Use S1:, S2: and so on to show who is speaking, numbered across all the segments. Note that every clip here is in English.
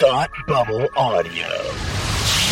S1: Thought Bubble Audio.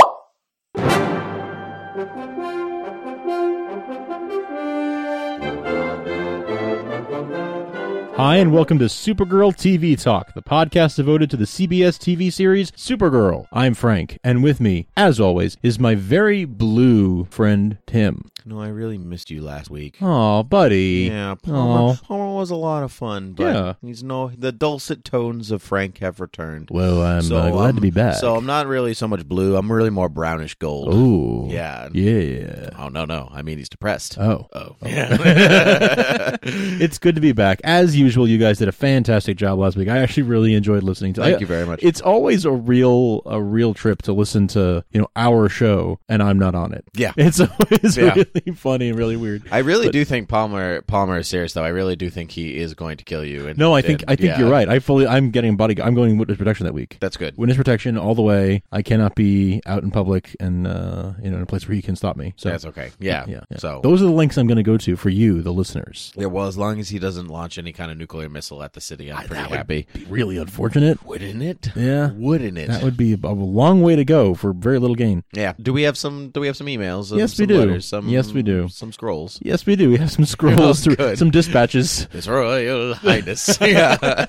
S2: Hi, and welcome to Supergirl TV Talk, the podcast devoted to the CBS TV series Supergirl. I'm Frank, and with me, as always, is my very blue friend Tim.
S3: No, I really missed you last week.
S2: Aw, buddy.
S3: Yeah, Palmer,
S2: Oh, Aw.
S3: Palmer was a lot of fun, but
S2: Yeah.
S3: he's no the dulcet tones of Frank have returned.
S2: Well, I'm
S3: So,
S2: uh, glad
S3: um,
S2: to be back.
S3: So I'm not really so much blue. I'm really more brownish gold.
S2: oh,
S3: Yeah.
S2: yeah.
S3: Oh no, no. I mean he's depressed.
S2: Oh.
S3: oh. Yeah.
S2: It's good to be back. As usual, you guys did a fantastic job last week. I actually really enjoyed listening to
S3: Thank
S2: I-
S3: you very much.
S2: It's always a real a real trip to listen to, you know, our show and I'm not on it.
S3: Yeah.
S2: It's always
S3: Yeah.
S2: really funny and really weird.
S3: I really do think Palmer Palmer is serious though. I really do think he is going to kill you. And,
S2: No, I think
S3: and-
S2: I think
S3: yeah.
S2: you're right. I fully I'm getting body. I'm going witness protection that week.
S3: That's good.
S2: Witness protection all the way. I cannot be out in public and uh, you know in a place where he can stop me. So
S3: That's okay. Yeah.
S2: yeah, yeah.
S3: So
S2: those are the links I'm going to go to for you, the listeners.
S3: yeah, well, as long as he doesn't launch any kind of nuclear missile at the city, I'm pretty happy.
S2: Be really unfortunate.
S3: Wouldn't it?
S2: Yeah.
S3: Wouldn't it?
S2: That would be a, a long way to go for very little gain.
S3: Yeah. Do we have some? Do we have some emails? um,
S2: Yes, we
S3: some
S2: do.
S3: Letters, some,
S2: Yes, we do.
S3: Some scrolls.
S2: Yes, we do. We have some scrolls
S3: Oh,
S2: through
S3: good.
S2: some dispatches.
S3: His Royal Highness. yeah.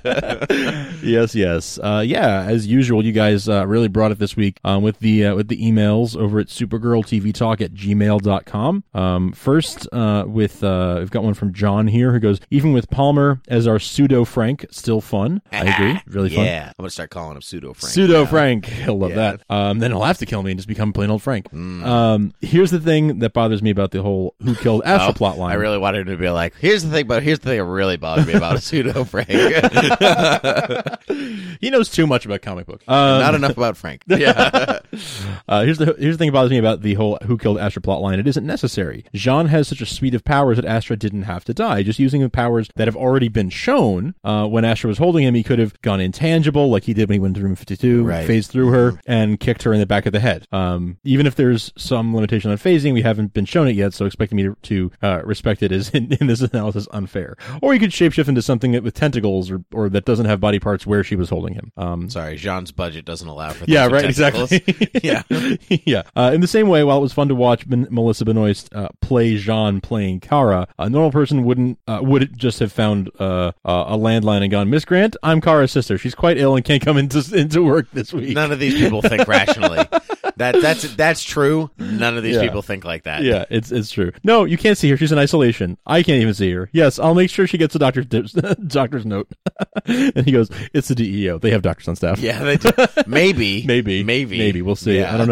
S2: yes, yes, uh, yeah. As usual, you guys uh, really brought it this week um, with the uh, with the emails over at supergirltvtalk at gmail.com. Um, first, uh, with uh, we've got one from John here who goes, even with Palmer as our pseudo Frank, still fun. I agree, really fun.
S3: Yeah. I'm gonna start calling him pseudo Frank.
S2: Pseudo Frank. He'll love
S3: Yeah. Hmm.
S2: that. Um, then he'll have to kill me and just become plain old Frank. Um, here's the thing that bothers me about the whole who killed Asha plot line.
S3: Oh, I really wanted him to be like, here's the thing, but here's the thing that really bothered me about pseudo Frank.
S2: he knows too much about comic books.
S3: Not enough about Frank. Um, Yeah.
S2: Uh, here's the here's the thing that bothers me about the whole who killed Astra plotline. It isn't necessary. Jean has such a suite of powers that Astra didn't have to die. Just using the powers that have already been shown. Uh, when Astra was holding him, he could have gone intangible, like he did when he went to Room 52,
S3: Right.
S2: phased through her, and kicked her in the back of the head. Um, even if there's some limitation on phasing, we haven't been shown it yet, so expecting me to, to uh, respect it is in, in this analysis unfair. Or he could shapeshift into something that, with tentacles or, or that doesn't have body parts where she was holding him. Um,
S3: Sorry, Jean's budget doesn't allow for.
S2: yeah,
S3: those
S2: right.
S3: tentacles.
S2: Exactly.
S3: yeah.
S2: yeah. Uh, in the same way, while it was fun to watch Ben- Melissa Benoist uh, play Jean playing Kara, a normal person wouldn't uh, would just have found uh, uh, a landline and gone, "Miss Grant, I'm Kara's sister. She's quite ill and can't come into into work this week."
S3: None of these people think rationally. That that's that's true. None of these
S2: Yeah.
S3: people think like that.
S2: Yeah, it's it's true. No, you can't see her. She's in isolation. I can't even see her. Yes, I'll make sure she gets a doctor's doctor's note. and he goes, "It's the DEO. They have doctors on staff."
S3: Yeah, they do. Maybe,
S2: maybe
S3: maybe,
S2: maybe we'll see
S3: Yeah.
S2: i don't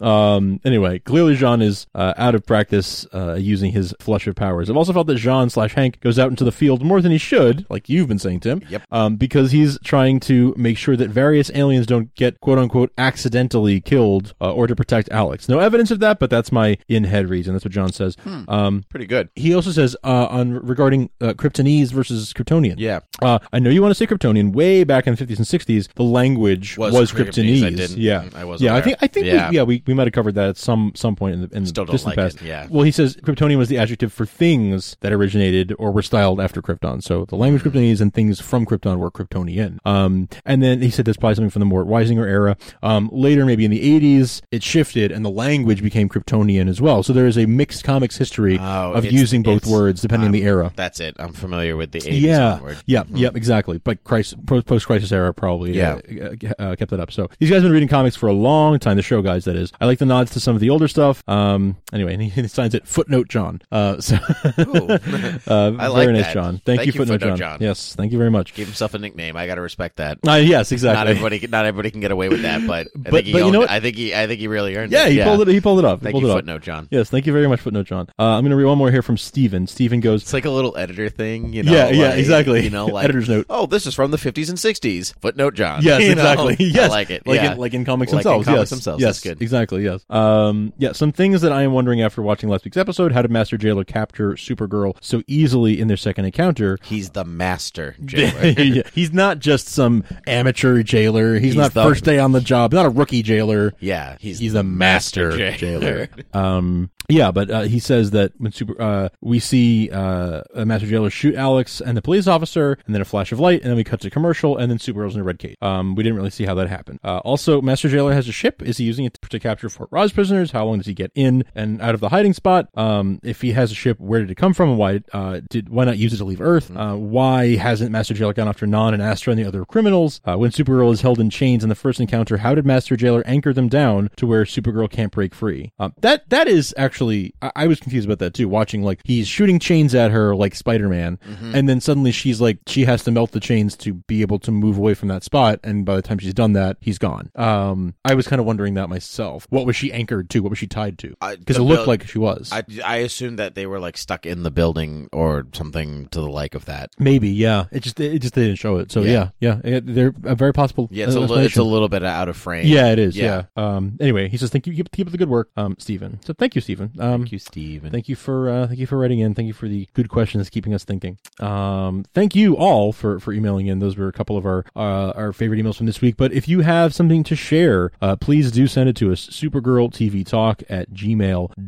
S2: know um anyway clearly jean is uh, out of practice uh, using his flush of powers i've also felt that jean slash hank goes out into the field more than he should like you've been saying tim
S3: Yep.
S2: um, because he's trying to make sure that various aliens don't get quote unquote accidentally killed uh, or to protect alex no evidence of that but that's my in-head reason that's what john says
S3: Hmm.
S2: um
S3: Pretty good.
S2: he also says uh, on regarding uh, Kryptonese versus Kryptonian.
S3: Yeah.
S2: Uh, I know you want to say Kryptonian. Way back in the 50s and 60s, the language was,
S3: Was
S2: Kryptonese.
S3: Kryptonese. I didn't-
S2: yeah,
S3: I wasn't
S2: Yeah, I
S3: aware.
S2: think I think
S3: Yeah.
S2: we, yeah we, we might have covered that at some some point in the, in the
S3: Still don't
S2: distant
S3: like it,
S2: past.
S3: yeah.
S2: Well, he says Kryptonian was the adjective for things that originated or were styled after Krypton. So the language
S3: Hmm.
S2: Kryptonese and things from Krypton were Kryptonian. Um, and then he said that's probably something from the more Weisinger era. Um, later, maybe in the 80s, it shifted and the language became Kryptonian as well. So there is a mixed comics history
S3: Oh,
S2: of
S3: it's-
S2: using both
S3: it's-
S2: words depending on the era.
S3: That's it. I'm familiar with the 80s
S2: Yeah,
S3: onward.
S2: yeah, yeah, exactly. But crisis, post crisis era probably
S3: Yeah.
S2: uh, uh, kept that up. So these guys have been reading comics for a long time. The show guys, that is. I like the nods to some of the older stuff. Um, anyway, and he signs it footnote John. Uh, so
S3: Ooh.
S2: uh,
S3: I
S2: very
S3: like
S2: nice,
S3: that.
S2: John. Thank, you, footnote, John. Yes, thank you very much.
S3: Gave himself a nickname. I got to respect that.
S2: Uh, yes,
S3: Not
S2: exactly.
S3: everybody, not everybody can get away with that, but I
S2: But-
S3: think he
S2: but you
S3: owned
S2: know
S3: it.
S2: what?
S3: I think he, I think he really earned
S2: yeah,
S3: it.
S2: he pulled it. He pulled it off. He
S3: Thank
S2: pulled
S3: you,
S2: it off.
S3: footnote John.
S2: Yes, thank you very much, footnote John. Uh, I'm going to read one more here from Steven. Steven goes,
S3: It's like a little editor thing, you know.
S2: Yeah, yeah,
S3: like,
S2: exactly.
S3: You know, like
S2: Editor's note.
S3: Oh, this is from the 50s and 60s. Footnote John.
S2: Yes,
S3: You know?
S2: exactly. Yes,
S3: I like it.
S2: Like
S3: yeah.
S2: in, like in comics
S3: Like in
S2: themselves.
S3: comics
S2: yes,
S3: themselves.
S2: Yes,
S3: That's good.
S2: Exactly. Yes. Um. Yeah. Some things that I am wondering after watching last week's episode: How did Master Jailer capture Supergirl so easily in their second encounter?
S3: He's the master. jailer.
S2: Yeah, he's not just some amateur jailer. He's, not
S3: the-
S2: first day on the job. Not a rookie jailer.
S3: yeah, he's
S2: He's a master
S3: jailer.
S2: jailer. Um, Yeah, but uh, he says that when super, uh, we see uh, a master jailer shoot Alex and the police officer, and then a flash of light, and then we cut to commercial, and then Supergirl's in a red cage. Um, we didn't really see how that happened. Uh, also, master jailer has a ship. Is he using it to capture Fort Ross prisoners? How long does he get in and out of the hiding spot? Um, if he has a ship, where did it come from? and Why uh, did why not use it to leave Earth? Uh, why hasn't Master Jailer gone after Non and Astra and the other criminals? Uh, when Supergirl is held in chains in the first encounter, how did Master Jailer anchor them down to where Supergirl can't break free? Um, that that is actually I, I was confused about that too. Watching like he's shooting chains at her like Spider Man,
S3: Mm-hmm.
S2: and then suddenly she's like she has to melt the chains to be able to move away from that spot. And by the time she's done that, he's gone. Um, I was kind of wondering that myself. What was she anchored to? What was she tied to?
S3: I-
S2: Because it
S3: Uh, the
S2: looked
S3: buil-
S2: like she was.
S3: I, I assumed that they were like stuck in the building or something to the like of that.
S2: Maybe, yeah. It just it just they didn't show it. So yeah, yeah, It- they're a very possible.
S3: Yeah, it's,
S2: uh,
S3: a, li- it's a
S2: explanation.
S3: little bit out of frame.
S2: yeah, it is. Yeah.
S3: Yeah.
S2: Um. Anyway, he says thank you. Keep, keep up the good work, um, Stephen. So thank you, Stephen. Um,
S3: Thank you, Steve. and-
S2: Thank you for uh, thank you for writing in. Thank you for the good questions, keeping us thinking. Um, thank you all for, for emailing in. Those were a couple of our uh, our favorite emails from this week. But if you have something to share, uh, please do send it to us. SupergirlTVTalk at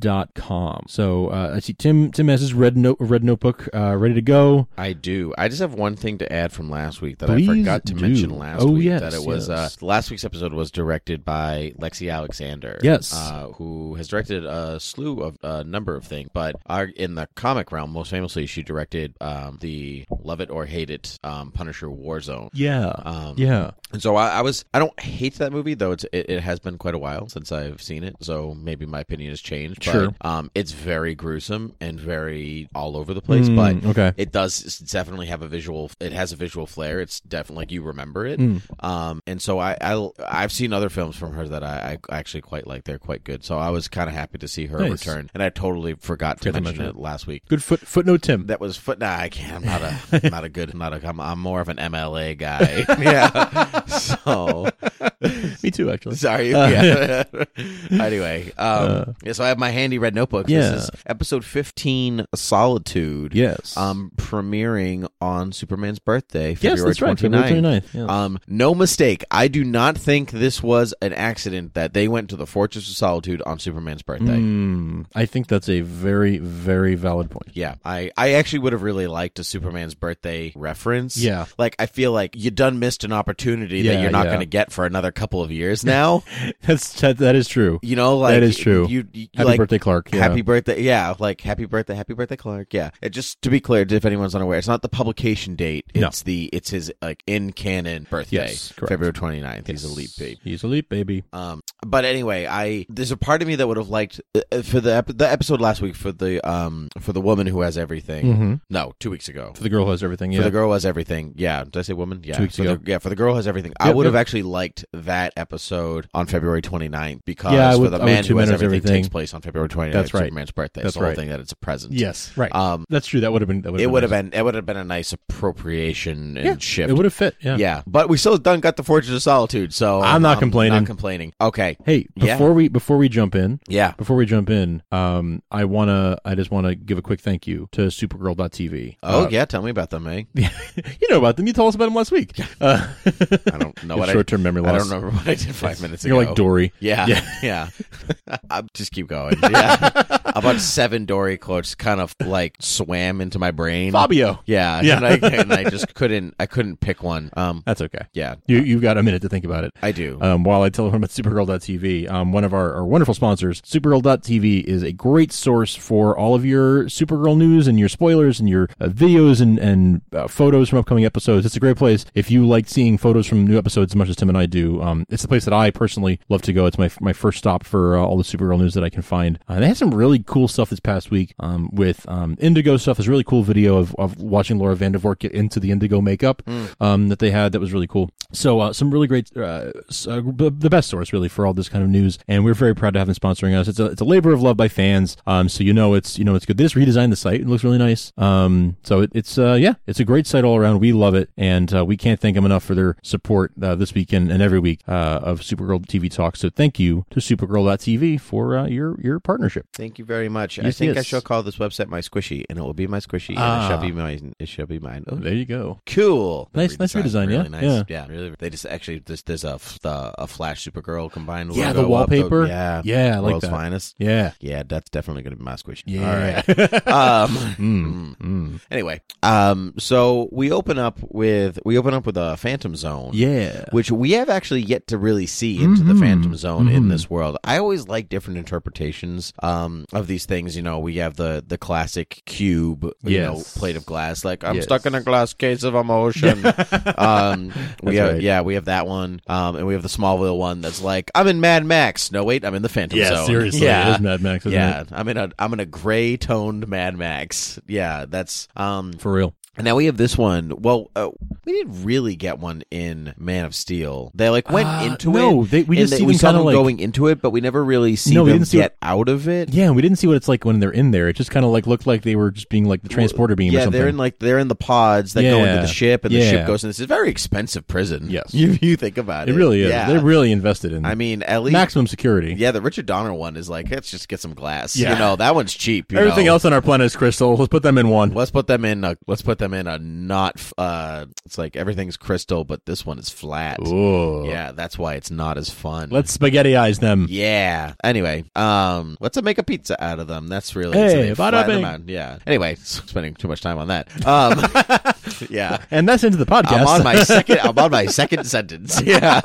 S2: gmail.com. So uh, I see Tim Tim has his red note red notebook uh, ready to go.
S3: I do. I just have one thing to add from last week that
S2: Please
S3: I forgot to
S2: do.
S3: mention last
S2: Oh,
S3: week.
S2: yes,
S3: that it was
S2: yes.
S3: uh, last week's episode was directed by Lexi Alexander.
S2: Yes.
S3: uh, who has directed a slew of a number of things, but are in the comic realm most famously she directed um, the Love It or Hate It um, Punisher Warzone.
S2: Yeah.
S3: Um,
S2: yeah.
S3: And so I, I was I don't hate that movie though it's it, it has been quite a while since I've seen it so maybe my opinion has changed
S2: Sure.
S3: but um it's very gruesome and very all over the place
S2: Mm,
S3: but
S2: okay.
S3: it does s- definitely have a visual it has a visual flair it's definitely like you remember it
S2: Mm.
S3: um and so I, I i've seen other films from her that i, I actually quite like they're quite good so i was kind of happy to see her
S2: Nice.
S3: return and i totally forgot to
S2: Didn't
S3: mention,
S2: mention
S3: it last week
S2: Good foot footnote Tim.
S3: that was foot. Nah, I can't. I'm not a. I'm not a good. I'm not a. I'm, I'm more of an MLA guy. yeah. So
S2: Me too, actually.
S3: sorry. yeah. anyway. Um. yeah, so I have my handy red notebook.
S2: Uh, Yeah.
S3: This is episode 15, Solitude.
S2: Yes.
S3: Um. Premiering on Superman's birthday, February
S2: yes, that's right.
S3: 29th.
S2: February 29th. Yeah.
S3: Um, no mistake. I do not think this was an accident that they went to the Fortress of Solitude on Superman's birthday.
S2: Mm, I think that's a very, very valid point.
S3: Yeah, I, I actually would have really liked a Superman's birthday reference.
S2: Yeah.
S3: Like, I feel like you done missed an opportunity
S2: Yeah,
S3: that you're not
S2: yeah.
S3: going to get for another couple of years now.
S2: That's that, that is true.
S3: you know, like.
S2: That is true.
S3: You, you-
S2: Happy
S3: like,
S2: birthday, Clark. Yeah.
S3: Happy birthday. Yeah. Like, happy birthday. Happy birthday, Clark. Yeah. It, just to be clear, if anyone's unaware, it's not the publication date.
S2: No.
S3: It's the, it's his, like, in canon birthday.
S2: Yes, correct.
S3: February 29th. He's a leap babe.
S2: He's a leap baby.
S3: Um, but anyway, I there's a part of me that would have liked uh, for the ep- the episode last week for the um for the woman who has everything.
S2: Mhm.
S3: No, two weeks ago.
S2: For the girl who has everything. Yeah.
S3: Mm-hmm. For the girl who has everything. Yeah, did I say woman? Yeah,
S2: Two weeks
S3: for
S2: ago.
S3: The, yeah, for the girl who has everything. I
S2: Yep,
S3: would have
S2: yep.
S3: actually liked that episode on February 29th because
S2: Yeah, I would-
S3: for the
S2: I would
S3: man
S2: too,
S3: who has
S2: man has
S3: everything,
S2: everything.
S3: takes place on February 29th.
S2: That's right.
S3: Superman's birthday.
S2: That's
S3: it's the whole
S2: right.
S3: thing that it's a present.
S2: yes. Right.
S3: Um,
S2: that's true. That would have been. That would
S3: it would have
S2: nice.
S3: been it would have been a nice appropriation and
S2: Yeah,
S3: shift.
S2: It would have fit. Yeah.
S3: yeah, but we still done got the Fortress of Solitude, so
S2: I'm not complaining.
S3: Not complaining. Okay,
S2: Hey,
S3: Yeah.
S2: before we before we jump in,
S3: yeah.
S2: before we jump in, um, I wanna I just wanna give a quick thank you to Supergirl.tv.
S3: Oh
S2: Uh,
S3: yeah, tell me about them, eh?
S2: you know about them. You told us about them last week. Uh,
S3: I don't know
S2: It's
S3: what I.
S2: short-term memory
S3: I
S2: loss.
S3: don't remember what I did five minutes ago.
S2: You're like Dory.
S3: Yeah,
S2: Yeah.
S3: yeah. I'll just keep going. Yeah, about seven Dory quotes kind of like swam into my brain.
S2: Fabio.
S3: Yeah,
S2: Yeah. Uh,
S3: And, I, and I just couldn't. I couldn't pick one. Um,
S2: That's okay.
S3: yeah,
S2: You you've got a minute to think about it.
S3: I do.
S2: Um, while I tell them about Supergirl.tv, um, one of our, our wonderful sponsors, Supergirl.tv is a great source for all of your Supergirl news and your spoilers and your uh, videos and, and uh, photos from upcoming episodes. It's a great place if you like seeing photos from new episodes as much as Tim and I do. Um, it's the place that I personally love to go. It's my, my first stop for uh, all the Supergirl news that I can find. Uh, they had some really cool stuff this past week um, with um, Indigo stuff. This really cool video of, of watching Laura Vandervoort get into the Indigo makeup
S3: Hmm.
S2: um, that they had that was really cool. So uh, some really great, uh, s- uh, b- the best source really for all this kind of news, and we're very proud to have them sponsoring us. It's a it's a labor of love by fans, um, so you know it's you know it's good. They just redesigned the site; it looks really nice. Um, so it, it's uh, yeah, it's a great site all around. We love it, and uh, we can't thank them enough for their support uh, this week and, and every week uh, of Supergirl TV Talk. So thank you to Supergirl.tv for uh, your your partnership.
S3: Thank you very much. I
S2: Yes,
S3: think I
S2: yes.
S3: shall call this website my squishy, and it will be my squishy, and
S2: Ah.
S3: it shall be mine. It shall be mine. Oh,
S2: There you go.
S3: Cool.
S2: Nice- nice redesign, yeah?
S3: Really nice.
S2: Yeah.
S3: yeah, really. They just actually there's, there's a f- the, a Flash Supergirl combined sign.
S2: Yeah,
S3: logo
S2: the
S3: up, the-
S2: wallpaper.
S3: yeah,
S2: Yeah, I like
S3: world's
S2: that.
S3: finest.
S2: Yeah.
S3: Yeah, that's definitely going to be my squish.
S2: Yeah.
S3: All right. um,
S2: Mm, mm.
S3: Anyway, um, so we open up with we open up with a Phantom Zone.
S2: Yeah.
S3: Which we have actually yet to really see into the
S2: Mhm.
S3: Phantom Zone in
S2: Mhm.
S3: this world. I always like different interpretations um, of these things. You know, we have the the classic cube, you know,
S2: Yes.
S3: plate of glass. Like I'm
S2: Yes.
S3: stuck in a glass case of emotion. um, we
S2: That's
S3: have,
S2: right.
S3: yeah, we have that one, um, and we have the Smallville one that's like I'm in Mad Max. No, wait, I'm in the Phantom
S2: Yeah,
S3: Zone.
S2: seriously. It
S3: yeah,
S2: is Mad Max, isn't
S3: yeah,
S2: it?
S3: I'm in a I'm in a gray toned Mad Max. Yeah, that's um.
S2: For real.
S3: And now we have this one. Well, uh, we didn't really get one in Man of Steel. They like went
S2: Uh,
S3: into
S2: no,
S3: it.
S2: they- we
S3: and
S2: just see
S3: we
S2: them
S3: saw
S2: kinda
S3: them
S2: like-
S3: going into it, but we never really see
S2: No, we
S3: them
S2: didn't see
S3: get out of it.
S2: Yeah, and we didn't see what it's like when they're in there. It just kind of like looked like they were just being like the transporter beam or
S3: Yeah,
S2: something.
S3: they're in like they're in the pods that go into
S2: Yeah.
S3: the ship, and the
S2: Yeah.
S3: ship goes in. This is a very expensive prison.
S2: Yes.
S3: if you think about it,
S2: it really is.
S3: Yeah.
S2: They're really invested in
S3: I mean, at least
S2: maximum security.
S3: yeah, the Richard Donner one is like let's just get some glass.
S2: Yeah.
S3: You know that one's cheap. you
S2: Everything
S3: know.
S2: else on our planet is crystal. Let's put them in one.
S3: Let's put them in a. Let's put them in a not. f- Uh, it's like everything's crystal, but this one is flat.
S2: Ooh.
S3: Yeah, that's why it's not as fun.
S2: Let's spaghetteize them.
S3: Yeah. Anyway, um, let's make a pizza out of them. That's really
S2: Hey,
S3: so they
S2: bada
S3: flatten them
S2: bing.
S3: out. Yeah. Anyway, s- spending too much time on that. Um, yeah.
S2: And that's into the podcast.
S3: I'm on my second. I'm on my second sentence. Yeah.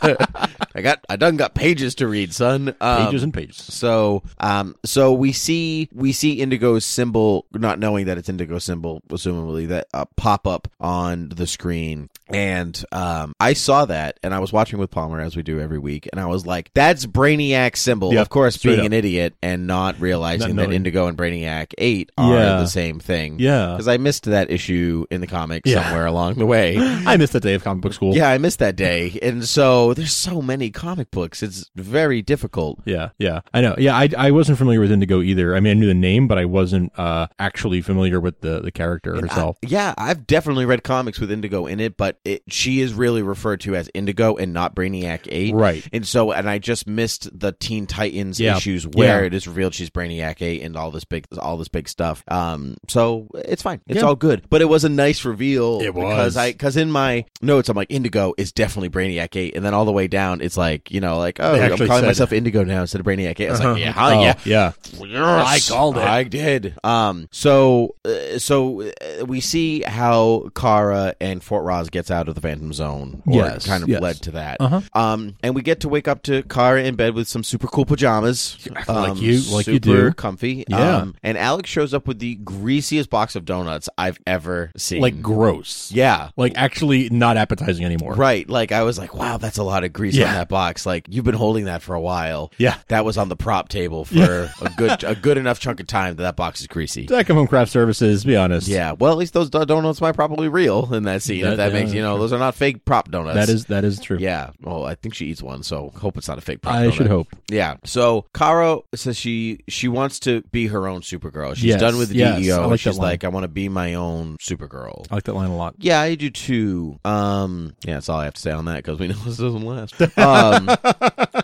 S3: I got. I done got pages to read, son. Um,
S2: pages and pages.
S3: so, um, so we see we see Indigo's symbol, not knowing that it's Indigo's symbol, presumably that uh, pop up on the screen, and um, I saw that, and I was watching with Palmer as we do every week, and I was like, "That's Brainiac's symbol."
S2: Yeah,
S3: of course,
S2: straight
S3: being
S2: up.
S3: an idiot and not realizing
S2: Not
S3: that
S2: knowing.
S3: Indigo and Brainiac Eight are
S2: Yeah.
S3: the same thing.
S2: Yeah.
S3: because I missed that issue in the comics
S2: Yeah.
S3: somewhere along the way.
S2: I missed that day of comic book school.
S3: Yeah, I missed that day, and so there's so many comic books. It's very difficult.
S2: Yeah, yeah, I know. Yeah, I, I wasn't familiar with Indigo either. I mean, I knew the name, but I wasn't uh, actually familiar with the, the character
S3: And I-
S2: herself.
S3: yeah, I've definitely read comics with Indigo in it, but it, she is really referred to as Indigo and not Brainiac 8.
S2: right.
S3: And so, and I just missed the Teen Titans
S2: Yeah.
S3: issues where
S2: Yeah.
S3: it is revealed she's Brainiac Eight and all this big, all this big stuff. Um, so it's fine, it's
S2: Yeah.
S3: all good. But it was a nice reveal.
S2: It
S3: because
S2: was.
S3: I because in my notes I'm like Indigo is definitely Brainiac Eight, and then all the way down it's like you know like oh
S2: They
S3: I'm
S2: actually
S3: calling
S2: said-
S3: myself Indigo now instead of Brainiac Eight. I was
S2: Uh-huh.
S3: like yeah,
S2: Oh,
S3: yeah,
S2: yeah.
S3: Yes,
S2: I called it.
S3: I did. Um. So, uh, so uh, we see how Kara and Fort Roz gets out of the Phantom Zone, or
S2: Yes,
S3: kind of
S2: yes.
S3: led to that.
S2: Uh-huh.
S3: Um. And we get to wake up to Kara in bed with some super cool pajamas, Um,
S2: Like you- like
S3: super
S2: you do.
S3: comfy.
S2: Yeah.
S3: Um, and Alex shows up with the greasiest box of donuts I've ever seen.
S2: Like gross.
S3: yeah.
S2: Like actually not appetizing anymore.
S3: Right, like I was like, wow, that's a lot of grease on
S2: Yeah.
S3: that box. Like you've been holding that for a while.
S2: Yeah.
S3: That was on the prop table for a good a good enough chunk of time that that box is greasy.
S2: Did I come home craft services? Be honest.
S3: Yeah, well, at least those do- donuts might probably real in that scene. if
S2: That-
S3: that
S2: yeah,
S3: makes you know, those are not fake prop donuts.
S2: that is that is true.
S3: yeah. Well, I think she eats one, so hope it's not a fake prop.
S2: I
S3: donut.
S2: should hope.
S3: Yeah. So Kara says she she wants to be her own Supergirl. She's
S2: Yes,
S3: done with the
S2: yes, I
S3: DEO. and
S2: like that
S3: she's
S2: line.
S3: like, I want to be my own Supergirl.
S2: I like that line a lot.
S3: Yeah, I do too. Um, yeah, that's all I have to say on that because we know this doesn't last. Um,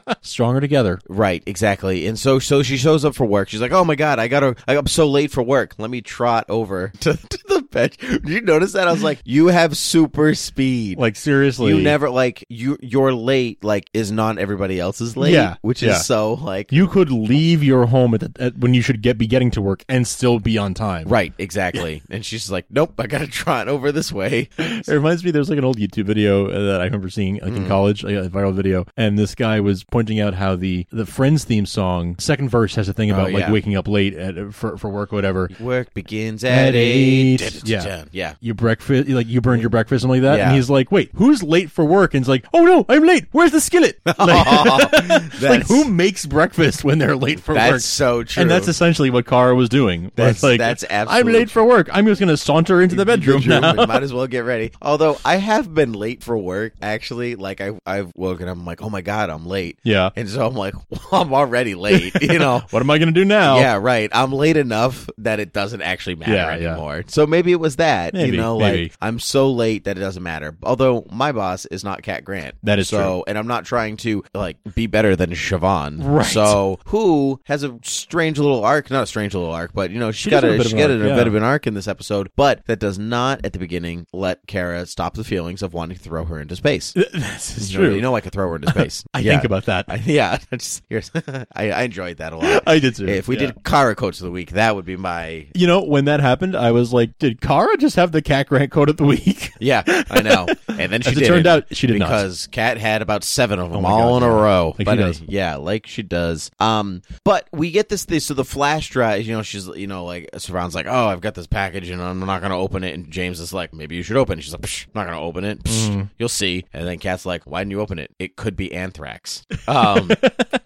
S2: Stronger together.
S3: right, exactly. And so, so she shows up for work. She's like, "Oh my god, I gotta, I'm so late for work. Let me trot over to, to the bench." Did you notice that? I was like, "You have super speed."
S2: Like seriously.
S3: you never like you you're late like is not everybody else's late
S2: Yeah,
S3: which
S2: yeah.
S3: is so like
S2: You could leave your home at, the, at when you should get be getting to work and still be on time.
S3: right exactly and she's like nope I gotta trot over this way
S2: It reminds me, there's like an old YouTube video uh, that I remember seeing like in college, like, a viral video, and this guy was pointing out how the the Friends theme song second verse has a thing about
S3: yeah.
S2: like waking up late at, for for work or whatever.
S3: work begins
S2: At
S3: at eight
S2: eight. Yeah.
S3: yeah
S2: Your breakfast, like you burned your breakfast, something like that.
S3: Yeah.
S2: And he's like, "Wait, who's late for work?" And he's like, "Oh no, I'm late. Where's the skillet?" Like, it's like
S3: That's-
S2: who makes breakfast when they're late for
S3: that's
S2: work?
S3: so true
S2: And that's essentially what Kara was doing.
S3: That's-
S2: It's like,
S3: that's
S2: I'm
S3: absolute-
S2: late for work. I'm just going to saunter into the bedroom, now.
S3: and Might as well get ready. Although I have been late for work, actually. Like I, I've woken up. I'm like, oh my god, I'm late.
S2: Yeah.
S3: And so I'm like, well, I'm already late. You know.
S2: What am I going to do now?
S3: Yeah, right. I'm late enough that it doesn't actually matter
S2: Yeah, yeah.
S3: anymore. So maybe maybe it was that.
S2: Maybe,
S3: you know,
S2: maybe.
S3: like I'm so late that it doesn't matter. Although my boss is not Cat Grant.
S2: That is
S3: so, and I'm not trying to like be better than Siobhan.
S2: Right.
S3: So who has a strange little arc? Not a strange little arc, but you know
S2: She
S3: she
S2: does
S3: got
S2: have
S3: a,
S2: a bit of
S3: she
S2: an
S3: got
S2: arc,
S3: a
S2: yeah.
S3: bit of an arc in this episode, but that does not at the beginning let Kara stop the feelings of wanting to throw her into space.
S2: this is
S3: You know,
S2: true.
S3: You know, I could throw her into space.
S2: I
S3: Yeah.
S2: think about that.
S3: I, yeah, I just, here's, I, I enjoyed that a lot.
S2: I did too.
S3: if we
S2: yeah.
S3: did Kara coach of the week, that would be my.
S2: You know, when that happened, I was like, "Did Kara just have the Cat Grant quote of the week?"
S3: Yeah, I know. And then she
S2: As it
S3: did
S2: turned out, she did not. Oh
S3: because Kat had about seven of them
S2: my
S3: all
S2: God,
S3: in a
S2: yeah.
S3: row.
S2: Like
S3: but
S2: she
S3: uh,
S2: does.
S3: yeah, like she does. Um, but we get this thing. So the flash drive, you know, she's you know like Saran's like, oh, I've got this package and I'm not gonna open it. And James is like, maybe you should open it. She's like, Psh, I'm not gonna open it. Psh,
S2: Mm-hmm.
S3: You'll see. And then Kat's like, why didn't you open it? It could be anthrax. Um,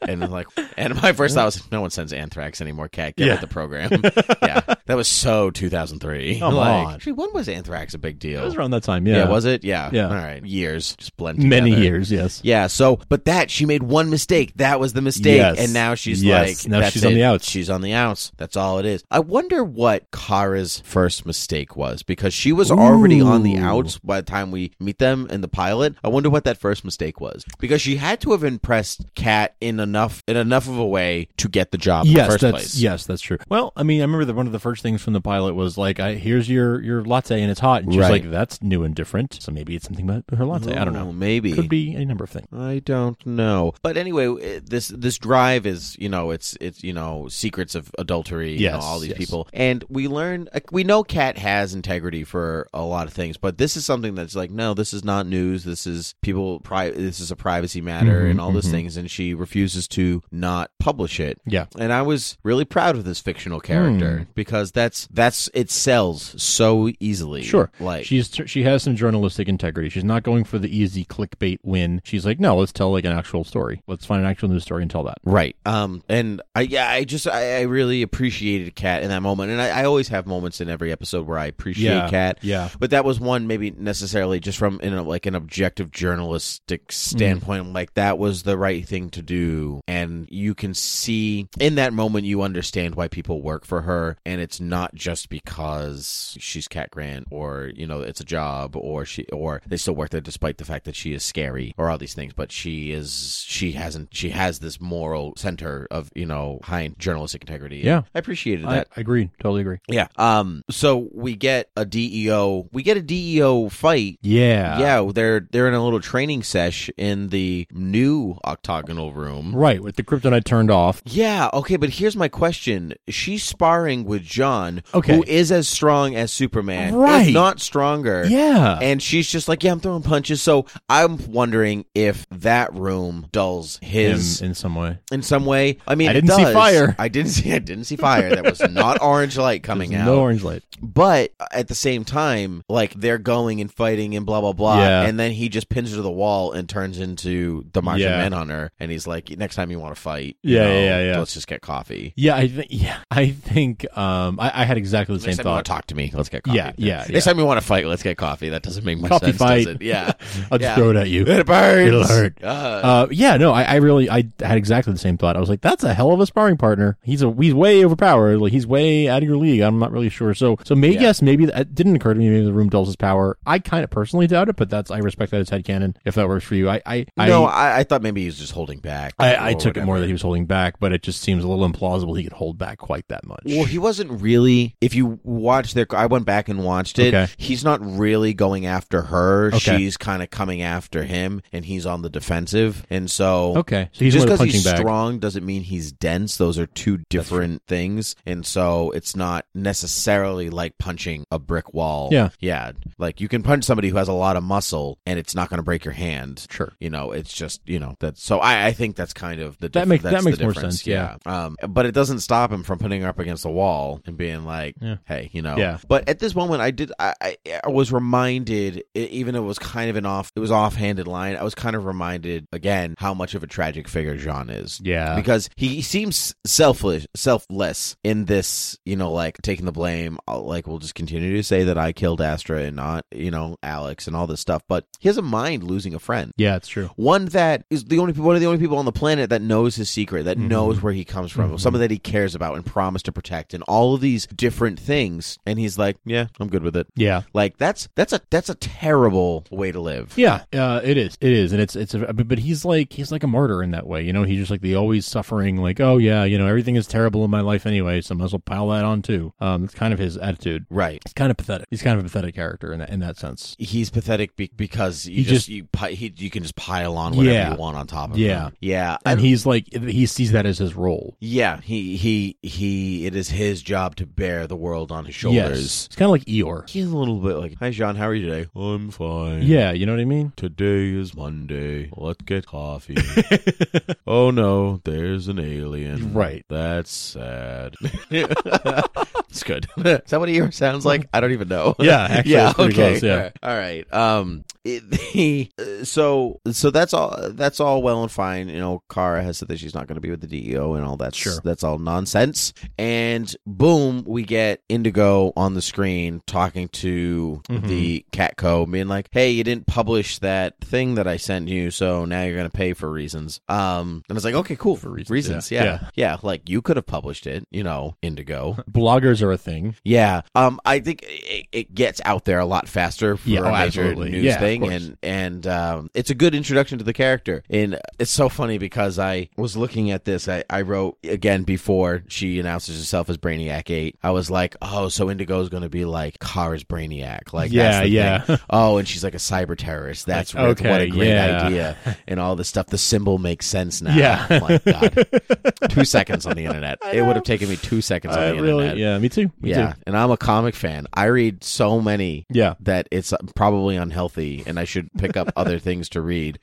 S3: and I'm like, and my first thought was, no one sends anthrax anymore. Kat, get
S2: Yeah.
S3: with the program. yeah, that was so 2003.
S2: Come
S3: like,
S2: on.
S3: Actually, when was anthrax a big deal?
S2: It was around that time. Yeah,
S3: Yeah, was it? Yeah.
S2: Yeah.
S3: All right. Years. Just blend
S2: many
S3: together.
S2: years. Yes.
S3: Yeah, so but that she made one mistake. That was the mistake.
S2: Yes.
S3: And now she's
S2: Yes.
S3: like
S2: Now
S3: that's
S2: she's on
S3: it.
S2: the outs.
S3: She's on the outs. That's all it is. I wonder what Kara's first mistake was because she was already on the
S2: Ooh.
S3: outs by the time we meet them in the pilot. I wonder what that first mistake was. Because she had to have impressed Kat in enough in enough of a way to get the job in
S2: Yes,
S3: the first
S2: that's
S3: place.
S2: yes, that's true. Well, I mean, I remember that one of the first things from the pilot was like, "I here's your your latte and it's hot," and she's
S3: Right.
S2: like, "That's new and different." So maybe it's something about her latte. I don't
S3: Oh,
S2: know.
S3: Maybe
S2: Could be a number of things.
S3: I don't know, but anyway, it- this this drive is you know it's it's you know secrets of adultery, you know,
S2: Yes,
S3: all these
S2: yes.
S3: people, and we learn like, we know Kat has integrity for a lot of things, but this is something that's like no, this is not news. This is people pri- This is a privacy matter,
S2: Mhm,
S3: and all those
S2: mhm.
S3: things, and she refuses to not publish it.
S2: Yeah.
S3: And I was really proud of this fictional character
S2: Hmm.
S3: because that's that's it sells so easily.
S2: Sure.
S3: like
S2: She's she has some journalistic integrity. She's not going for the easy clickbait win. She's like, no, let's tell like an actual story. Let's find an actual news story and tell that.
S3: Right. Um. And I, yeah, I just, I, I really appreciated Kat in that moment, and I, I always have moments in every episode where I appreciate
S2: Yeah,
S3: Kat.
S2: yeah.
S3: But that was one, maybe necessarily just from in a, like an objective journalistic standpoint.
S2: Mm.
S3: I'm Like that was the right thing to do, and you can see in that moment you understand why people work for her, and it's not just because she's Kat Grant or you know it's a job or she or they still work there despite the fact that she is scary or all these things, but she is she hasn't she has this moral center of you know high journalistic integrity.
S2: Yeah.
S3: I appreciated
S2: I,
S3: that.
S2: I agree. Totally agree.
S3: Yeah. Um. So we get a DEO. We get a DEO fight.
S2: Yeah.
S3: yeah. They're they're in a little training sesh in the new octagonal room.
S2: Right. With the kryptonite turned off.
S3: Yeah. Okay. But here's my question. She's sparring with John,
S2: Okay.
S3: who is as strong as Superman, if
S2: Right.
S3: not stronger.
S2: Yeah.
S3: And she's just like, yeah, I'm throwing punches. So I'm wondering if that room dulls his
S2: in, in some way.
S3: in some way. I mean,
S2: I
S3: it
S2: didn't see
S3: does.
S2: fire.
S3: I didn't see. I didn't see fire. That was not orange light coming
S2: There's
S3: out.
S2: No orange light.
S3: But at the same time, like they're going and fighting and blah blah blah,
S2: Yeah.
S3: and then he just pins her to the wall and turns into the Martian
S2: Yeah.
S3: Manhunter, and he's like, "Next time you want to fight, you
S2: Yeah,
S3: know,
S2: yeah, yeah, yeah.
S3: let's just get coffee.
S2: Yeah. I think. Yeah. I think. Um. I, I had exactly the
S3: Next
S2: same
S3: time you want
S2: thought.
S3: to talk to me, let's get coffee.
S2: Yeah, yeah,
S3: Next
S2: yeah.
S3: time you want to fight, let's get coffee. That doesn't make much
S2: Coffee
S3: sense,
S2: fight.
S3: does it? Yeah,
S2: I'll just
S3: Yeah.
S2: throw it at you.
S3: it burns.
S2: It'll hurt.
S3: Uh,
S2: Uh, yeah, no, I, I really, I had exactly the same thought. I was like, that's a hell of a sparring partner. He's a, he's way overpowered. Like he's way out of your league. I'm not really sure. So, so maybe
S3: Yeah.
S2: yes, maybe that it didn't occur to me. Maybe the room dulls his power. I kind of personally doubt it, but that's I respect that as headcanon. If that works for you, I, I,
S3: no,
S2: I,
S3: I, I thought maybe he was just holding back.
S2: I, I
S3: or
S2: took it more
S3: whatever.
S2: that he was holding back, but it just seems a little implausible he could hold back quite that much.
S3: Well, he wasn't really. If you watch their, I went back and watched it.
S2: Okay.
S3: He's not really going after her.
S2: Okay.
S3: She's kind of coming after him, and he's on the defensive. And so,
S2: okay, so he's
S3: just
S2: more the
S3: because
S2: punching
S3: he's
S2: bag.
S3: strong doesn't mean he's dense. Those are two different things, and so it's not necessarily like punching a brick wall.
S2: Yeah.
S3: yeah. Like you can punch somebody who has a lot of muscle, and it's not going to break your hand.
S2: Sure.
S3: You know, it's just you know that. So I, I think that's kind of the
S2: That
S3: dif-
S2: makes- that
S3: that's the
S2: makes more
S3: difference,
S2: sense, yeah.
S3: Um, but it doesn't stop him from putting her up against the wall and being like,
S2: Yeah.
S3: "Hey, you know."
S2: Yeah.
S3: But at this moment, I did. I, I, I was reminded, e- even though it was kind of an off, it was offhanded line. I was kind of reminded again how much of a tragic figure Jean is.
S2: Yeah.
S3: Because he seems selfish, selfless in this. You know, like taking the blame. I'll- like we'll just continue to say that I killed Astra and not, you know, Alex and all this stuff. But he doesn't mind losing a friend
S2: yeah, it's true.
S3: one that is the only one of the only people on
S2: Mm-hmm.
S3: the planet that knows his secret, that knows where he comes from, someone that he cares about and promised to protect, and all of all these different things, and he's like, "Yeah, I'm good with it."
S2: Yeah.
S3: Like that's that's a that's a terrible way to live.
S2: Yeah, uh, it is. It is, and it's it's. A, but but he's like he's like a martyr in that way. You know, he's just like the always suffering. Like, oh yeah, you know, everything is terrible in my life anyway, so I might as well pile that on too. Um, it's kind of his attitude.
S3: Right.
S2: It's kind of pathetic. He's kind of a pathetic character in that in that sense.
S3: He's pathetic be- because you
S2: He
S3: just,
S2: just-
S3: you pi- he, you can just pile on whatever
S2: Yeah.
S3: you want on top of
S2: Yeah.
S3: him. Yeah. I
S2: And he's like he sees that as his role.
S3: Yeah, he he he. It is his job to bear the world on his
S2: Yes.
S3: shoulders.
S2: It's kind of like Eeyore.
S3: He's a little bit like, "Hi, John. How are you today? I'm fine.
S2: Yeah, you know what I mean.
S3: Today is Monday. Let's get coffee. oh no, there's an alien.
S2: Right.
S3: That's sad. it's good. Is that what ear sounds like? I don't even know.
S2: Yeah, actually,
S3: yeah.
S2: it's pretty
S3: okay.
S2: close, yeah.
S3: All right. All right. Um. It, the, uh, so so that's all. That's all well and fine. You know, Kara has said that she's not going to be with the DEO and all that.
S2: Sure.
S3: That's all nonsense. And boom, we get Indigo on the screen talking to
S2: Mhm.
S3: the Catco, being like, "Hey, you didn't publish that thing that I sent you, so now you're going to pay for reasons." Um. And it's like, okay, cool
S2: For reasons, yeah.
S3: Yeah. yeah. Like you could have published it. You know, Indigo.
S2: Bloggers are a thing.
S3: Yeah, um, I think it, it gets out there a lot faster for
S2: Yeah, oh,
S3: a major
S2: absolutely.
S3: news
S2: Yeah, of
S3: thing,
S2: course.
S3: and and um, it's a good introduction to the character. And it's so funny because I was looking at this. I, I wrote again before she announces herself as Brainiac Eight. I was like, oh, so Indigo is going to be like Kara's Brainiac, like
S2: yeah,
S3: that's the
S2: yeah.
S3: Thing. Oh, and she's like a cyber terrorist. That's
S2: Like,
S3: really- what a
S2: okay,
S3: great
S2: yeah.
S3: idea, and all this stuff. The symbol makes sense now.
S2: Yeah.
S3: oh, my god, two seconds on the internet. It would have taken me two seconds on
S2: I
S3: the internet.
S2: really, yeah, me too. Me
S3: Yeah,
S2: too.
S3: and I'm a comic fan. I read so many
S2: Yeah.
S3: that it's uh, probably unhealthy, and I should pick up other things to read.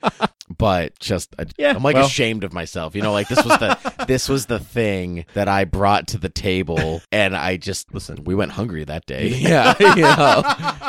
S3: But just, I,
S2: Yeah,
S3: I'm like
S2: well.
S3: ashamed of myself. You know, like this was the this was the thing that I brought to the table, and I just listen. We went hungry that day. Yeah, you know.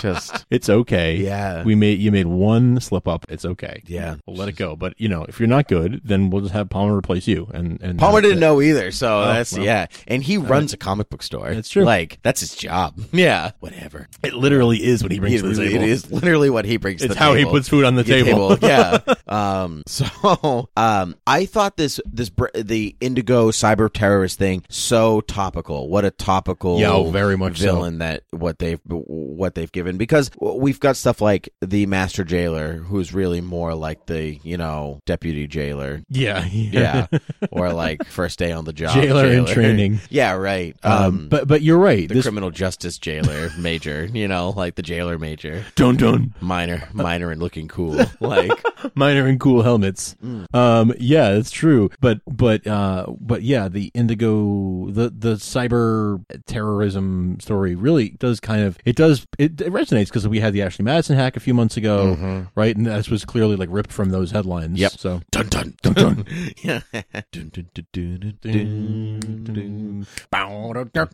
S3: just
S2: It's okay.
S3: yeah,
S2: We made you made one slip up. It's okay.
S3: yeah.
S2: We'll let it go. But you know, if you're not good, then we'll just have Palmer replace you. And and
S3: Palmer
S2: that's
S3: didn't
S2: it.
S3: know either, so
S2: Oh,
S3: that's
S2: well.
S3: yeah. And he runs a comic book store.
S2: That's true.
S3: Like that's his job. Yeah, whatever.
S2: It literally is what he brings
S3: It
S2: to the
S3: really-
S2: table.
S3: It is literally what he brings. to
S2: It's
S3: the
S2: how he
S3: table.
S2: puts food on the
S3: Your
S2: table.
S3: yeah. Um. So, um, I thought this this br- the Indigo cyber terrorist thing so topical. What a topical.
S2: Yeah, oh, very much so.
S3: villain that what they've what they've given because we've got stuff like the master jailer who's really more like the you know deputy jailer.
S2: Yeah.
S3: Yeah, or like first day on the job
S2: Jailer in training.
S3: Yeah, right. Um,
S2: Um, but but you're right.
S3: the
S2: This
S3: criminal justice jailer major, you know, like the jailer major,
S2: dun dun
S3: minor, minor and looking cool, like
S2: minor and cool helmets. Um, yeah, it's true. But but uh, but yeah, the indigo, the the cyber terrorism story really does kind of it does it, it resonates because we had the Ashley Madison hack a few months ago, right? And this was clearly like ripped from those headlines.
S3: Mm-hmm. Yep.
S2: So
S3: dun dun dun dun. Yeah. dun, dun, dun, dun, dun, dun, dun.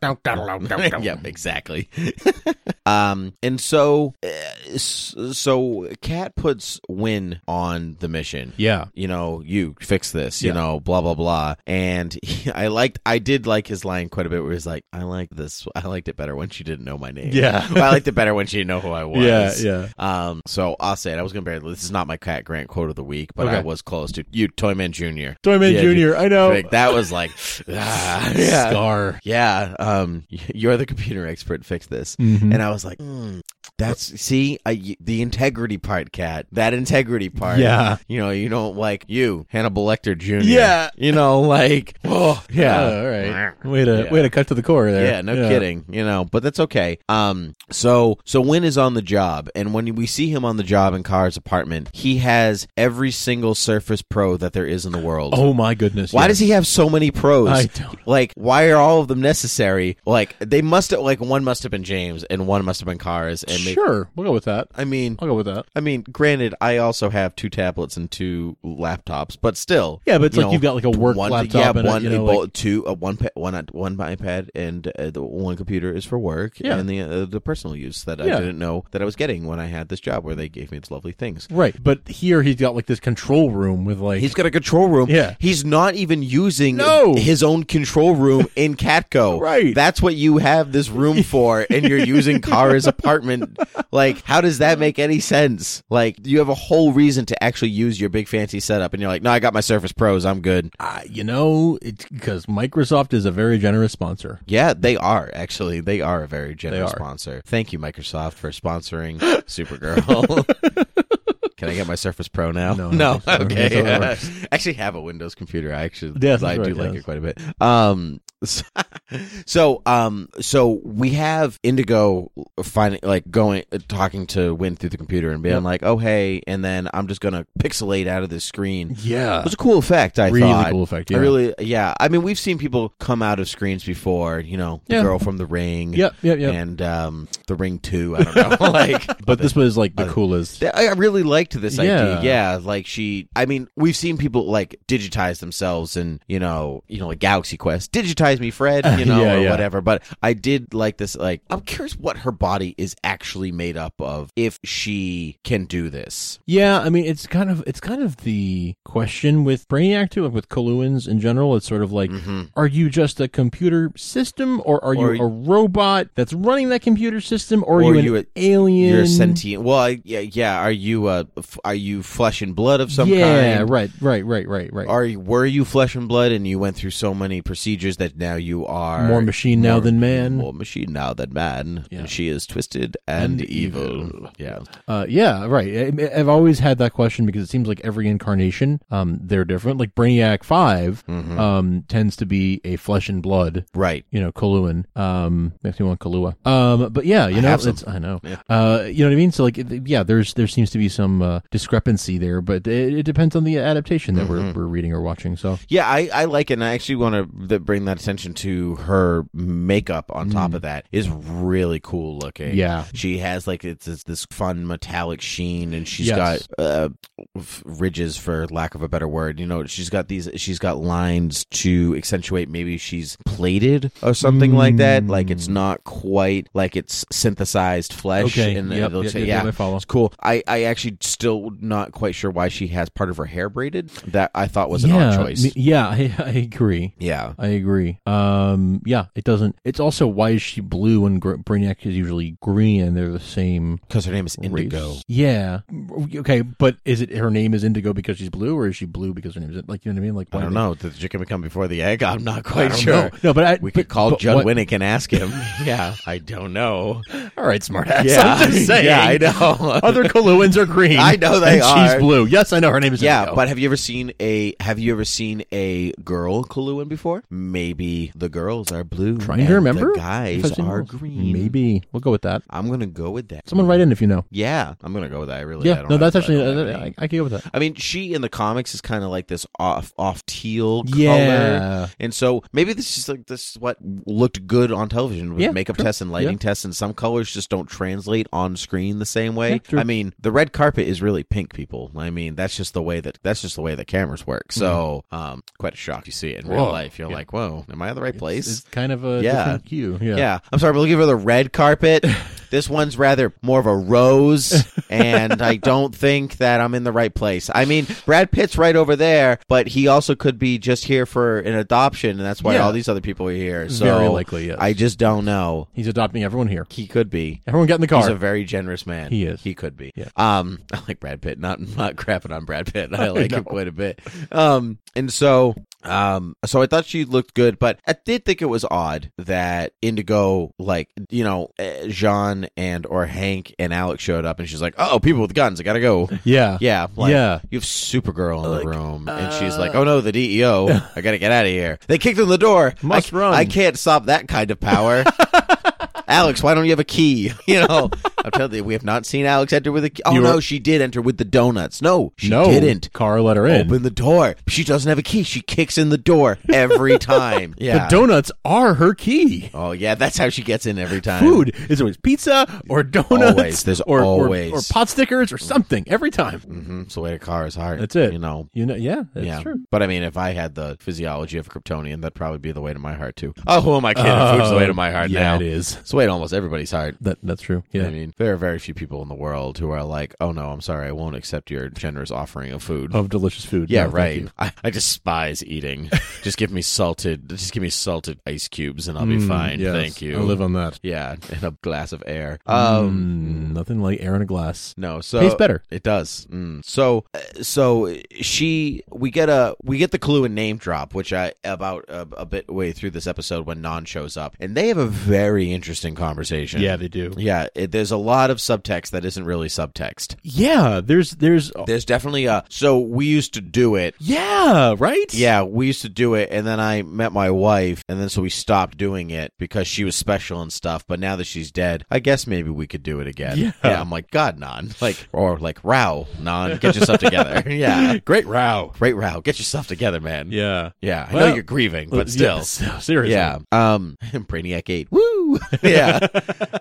S3: yep, exactly. um, and so, uh, s- so Cat puts Win on the mission.
S2: yeah,
S3: You know, you fix this. You
S2: Yeah.
S3: know, blah blah blah. And he, I liked, I did like his line quite a bit, where he's like, "I like this. I liked it better when she didn't know my name.
S2: Yeah.
S3: Well, I liked it better when she didn't know who I was.
S2: yeah, yeah.
S3: Um, so I'll say it. I was gonna bear this is not my Cat Grant quote of the week, but I
S2: Okay.
S3: was close to you, Toyman Jr.
S2: Toyman
S3: Yeah,
S2: Junior, I know.
S3: Like, that was like, ah, yeah,
S2: Scar.
S3: yeah. Um, you're the computer expert. Fix this.
S2: Mhm.
S3: And I was like, hmm, that's see I, the integrity part, Cat. That integrity part.
S2: Yeah.
S3: You know, you don't like you Hannibal Lecter Jr.
S2: Yeah.
S3: You know, like, oh yeah.
S2: Oh, all right. Way to
S3: Yeah.
S2: way to cut to the core there.
S3: Yeah, no kidding. You know, but that's okay. Um, so so Win is on the job, and when we see him on the job in Carr's apartment, he has every single Surface Pro that there is in the world.
S2: Oh my goodness.
S3: Why
S2: yes.
S3: does he have so many pros?
S2: I don't know.
S3: Like, why are all of them necessary? Like, they must have, like, one must have been James and one must have been Cars. And they-
S2: Sure, we'll go with that.
S3: I mean,
S2: I'll go with that.
S3: I mean, granted, I also have two tablets and two laptops, but still,
S2: Yeah, but it's
S3: you
S2: like
S3: know,
S2: you've got like a work
S3: one,
S2: laptop
S3: yeah,
S2: and a-
S3: one
S2: you know,
S3: bo-
S2: like-
S3: two, uh, one, pa- one, one iPad, and uh, the one computer is for work,
S2: Yeah.
S3: and the uh, the personal use that I
S2: Yeah.
S3: didn't know that I was getting when I had this job where they gave me these lovely things.
S2: Right, but here he's got like this control room with like
S3: He's got a control room.
S2: Yeah.
S3: He's not even using
S2: No.
S3: his own control room in Catco.
S2: Right.
S3: That's what you have this room for, and you're using Kara's apartment Like, how does that make any sense? Like, you have a whole reason to actually use your big fancy setup, and you're like, no, I got my Surface Pros, I'm good.
S2: Uh, you know, because Microsoft is a very generous sponsor.
S3: Yeah, they are actually. They are a very generous
S2: are.
S3: sponsor. Thank you, Microsoft, for sponsoring Supergirl. Can I get my Surface Pro now?
S2: No, I
S3: no.
S2: don't think so. I don't
S3: Okay,
S2: think so. That
S3: I actually have a Windows computer. I actually,
S2: Yes, that's
S3: I do
S2: right,
S3: like
S2: yes.
S3: it quite a bit. Um, so, so, um, so we have Indigo finding, like, going, talking to Win through the computer and being
S2: Yep.
S3: like, "Oh, hey," and then I'm just gonna pixelate out of this screen. It
S2: Yeah,
S3: was a cool effect. I
S2: really
S3: thought.
S2: cool effect. Yeah,
S3: I really, yeah. I mean, we've seen people come out of screens before. You know, the
S2: Yeah.
S3: girl from The Ring,
S2: yep, yep, yep.
S3: and um, The Ring Two. I don't know, like,
S2: but this was like the coolest.
S3: I I really liked this
S2: Yeah.
S3: idea. Yeah, like she. I mean, we've seen people like digitize themselves, and you know, you know, like Galaxy Quest, digitize me, Fred, you know,
S2: Yeah,
S3: or
S2: yeah.
S3: whatever. But I did like this. Like, I'm curious what her body is actually made up of, if she can do this.
S2: Yeah, I mean it's kind of it's kind of the question with Brainiac too, and with Kaluans in general. It's sort of like, are you just a computer system, or are
S3: Mm-hmm. Or-
S2: you a robot that's running that computer system, or, are
S3: Or
S2: you an
S3: you a-
S2: alien?
S3: You're sentient. Well, I, yeah, yeah. Are you uh, f- are you flesh and blood of some
S2: yeah,
S3: kind?
S2: right, right, right, right, right.
S3: Are you, were you flesh and blood, and you went through so many procedures that now you are
S2: More machine now than man.
S3: More machine now than man,
S2: Yeah.
S3: and she is twisted and,
S2: And
S3: evil.
S2: evil.
S3: Yeah,
S2: Uh, yeah, right. I, I've always had that question because it seems like every incarnation, um, they're different. Like Brainiac 5
S3: Mm-hmm.
S2: um, tends to be a flesh and blood.
S3: right.
S2: You know, Kaluan. Um, makes me want Kalua. Um, but yeah, you know,
S3: have some.
S2: it's- I know.
S3: Yeah.
S2: Uh, you know what I mean? So like, it- yeah, there's there seems to be some uh, discrepancy there, but it, it depends on the adaptation that we're
S3: Mm-hmm.
S2: we're reading or watching. So
S3: Yeah, I, I like it, and I actually want to bring that attention to her makeup. On top of that, is really cool looking.
S2: Mm. Yeah.
S3: she has like it's, it's this fun metallic sheen, and she's
S2: Yes.
S3: got uh, f- ridges, for lack of a better word. You know, she's got these. She's got lines to accentuate. Maybe she's plated or something like that. Like it's not quite like it's synthesized flesh. and it looks- yeah.
S2: I follow.
S3: It's cool. I, I actually still not quite sure why she has part of her hair braided. That I thought was an
S2: yeah,
S3: odd choice.
S2: me- yeah, I, I agree.
S3: yeah.
S2: I agree. Um, yeah, it doesn't. It's also why is she blue and Gr- Brainiac is usually green, and they're the same
S3: Because her name is
S2: race.
S3: Indigo.
S2: Yeah. Okay, but is it her name is Indigo because she's blue, or is she blue because her name is like you know what I mean? Like
S3: I
S2: why
S3: don't
S2: they-
S3: know. Did the chicken come before the egg? I'm not
S2: I
S3: quite
S2: don't
S3: sure.
S2: know. No, but I,
S3: We
S2: but-
S3: could call
S2: but
S3: Judd
S2: what-
S3: Winnick and ask him. yeah, I don't know.
S2: All right, smartass.
S3: Yeah.
S2: I'm just saying.
S3: Yeah, I know.
S2: Other Kaluans are green.
S3: I know they
S2: and
S3: are.
S2: She's blue. Yes, I know her name is.
S3: Yeah,
S2: Indigo.
S3: but have you ever seen a have you ever seen a girl Kaluan before? Maybe the girls are blue.
S2: trying
S3: and
S2: to remember.
S3: the
S2: if I've
S3: guys
S2: seen
S3: are
S2: those.
S3: green.
S2: Maybe we'll go with that.
S3: I'm gonna go with that.
S2: Someone write in if you know.
S3: Yeah, I'm gonna go with that. I really. I
S2: Yeah,
S3: don't
S2: no,
S3: have-
S2: that's
S3: I don't
S2: actually uh,
S3: have
S2: I,
S3: any.
S2: I, I can go with that.
S3: I mean, she in the comics is kind of like this off off teal color.
S2: Yeah.
S3: And so maybe this is like this is what looked good on television with
S2: Yeah,
S3: makeup
S2: true.
S3: tests and lighting tests, and some colors just don't translate on screen the same
S2: Yeah,
S3: way.
S2: true.
S3: I mean, the red carpet is really pink, people. I mean, that's just the way that that's just the way that cameras work. So, um, quite a shock you see it in real
S2: Mm-hmm. Whoa.
S3: life. You're
S2: Yeah.
S3: like, whoa, am I at the right place?
S2: It's kind of a
S3: Yeah.
S2: different cue. Yeah.
S3: yeah. I'm sorry, we're looking for the red carpet. this one's rather more of a rose, and I don't think that I'm in the right place. I mean, Brad Pitt's right over there, but he also could be just here for an adoption, and that's why
S2: Yeah.
S3: all these other people are here. So
S2: Very likely, yes.
S3: I just don't know.
S2: He's adopting everyone here.
S3: He could be.
S2: Everyone get in the car.
S3: He's a very generous man.
S2: He is.
S3: He could be.
S2: Yeah.
S3: Um, I like Brad Pitt. Not not crapping on Brad Pitt. I like him quite a bit. Um, and so um so I thought she looked good, but I did think it was odd that Indigo, like, you know, eh, Jean and or Hank and Alex showed up and she's like, Oh, people with guns, I gotta go.
S2: yeah.
S3: Yeah. Like,
S2: Yeah.
S3: You have Supergirl in
S2: Like,
S3: the room, and she's
S2: uh,
S3: like, "Oh no, the DEO! I gotta get out of here." They kicked in the door.
S2: Must
S3: I,
S2: run.
S3: I can't stop that kind of power. Alex, why don't you have a key? You know, I'm telling you, we have not seen Alex enter with a key. Oh
S2: You were-
S3: no, she did enter with the donuts. No, she
S2: no.
S3: didn't.
S2: Car let her in.
S3: Open the door. She doesn't have a key. She kicks in the door every time. Yeah.
S2: The donuts are her key.
S3: oh yeah, that's how she gets in every time.
S2: Food is always pizza or donuts.
S3: Always. There's
S2: or, or-
S3: always. Mm.
S2: Or, pot stickers or something every time.
S3: hmm It's the way to car is hard.
S2: That's it.
S3: You know.
S2: You know, yeah, that's
S3: yeah,
S2: true.
S3: but I mean, if I had the physiology of a Kryptonian, that'd probably be the way to my heart too. Oh, who am I kidding? Food's the way to my heart
S2: yeah,
S3: now.
S2: it is.
S3: It's the way in almost everybody's heart.
S2: That that's true. Yeah.
S3: I mean, there are very few people in the world who are like, "Oh no, I'm sorry, I won't accept your generous offering of food."
S2: Of delicious food.
S3: yeah,
S2: Oh, No, thank
S3: right.
S2: you.
S3: I, I despise eating. just give me salted. Just give me salted ice cubes, and I'll be
S2: Mm,
S3: fine.
S2: yes.
S3: Thank you.
S2: I live on Mm. that.
S3: yeah, and a glass of air. Um,
S2: Um, nothing like air in a glass.
S3: no. So
S2: Tastes better.
S3: It does. Mm. So, uh, so she, we get a, we get the clue and name drop, which I about a, a bit way through this episode when Nan shows up, and they have a very interesting conversation.
S2: they do.
S3: yeah. It, there's a lot of subtext that isn't really subtext.
S2: Yeah, there's there's
S3: There's definitely a. So we used to do it.
S2: yeah, right?
S3: Yeah, we used to do it, and then I met my wife, and then so we stopped doing it because she was special and stuff. But now that she's dead, I guess maybe we could do it again.
S2: Yeah.
S3: I'm like, God, non, like, or like, Rao, non, get yourself together. yeah,
S2: Great row.
S3: great Rao, get yourself together, man.
S2: Yeah.
S3: Yeah, I know
S2: Well,
S3: you're grieving, but still,
S2: Yeah, so- seriously.
S3: yeah. Um, Brainiac Eight, woo, yeah,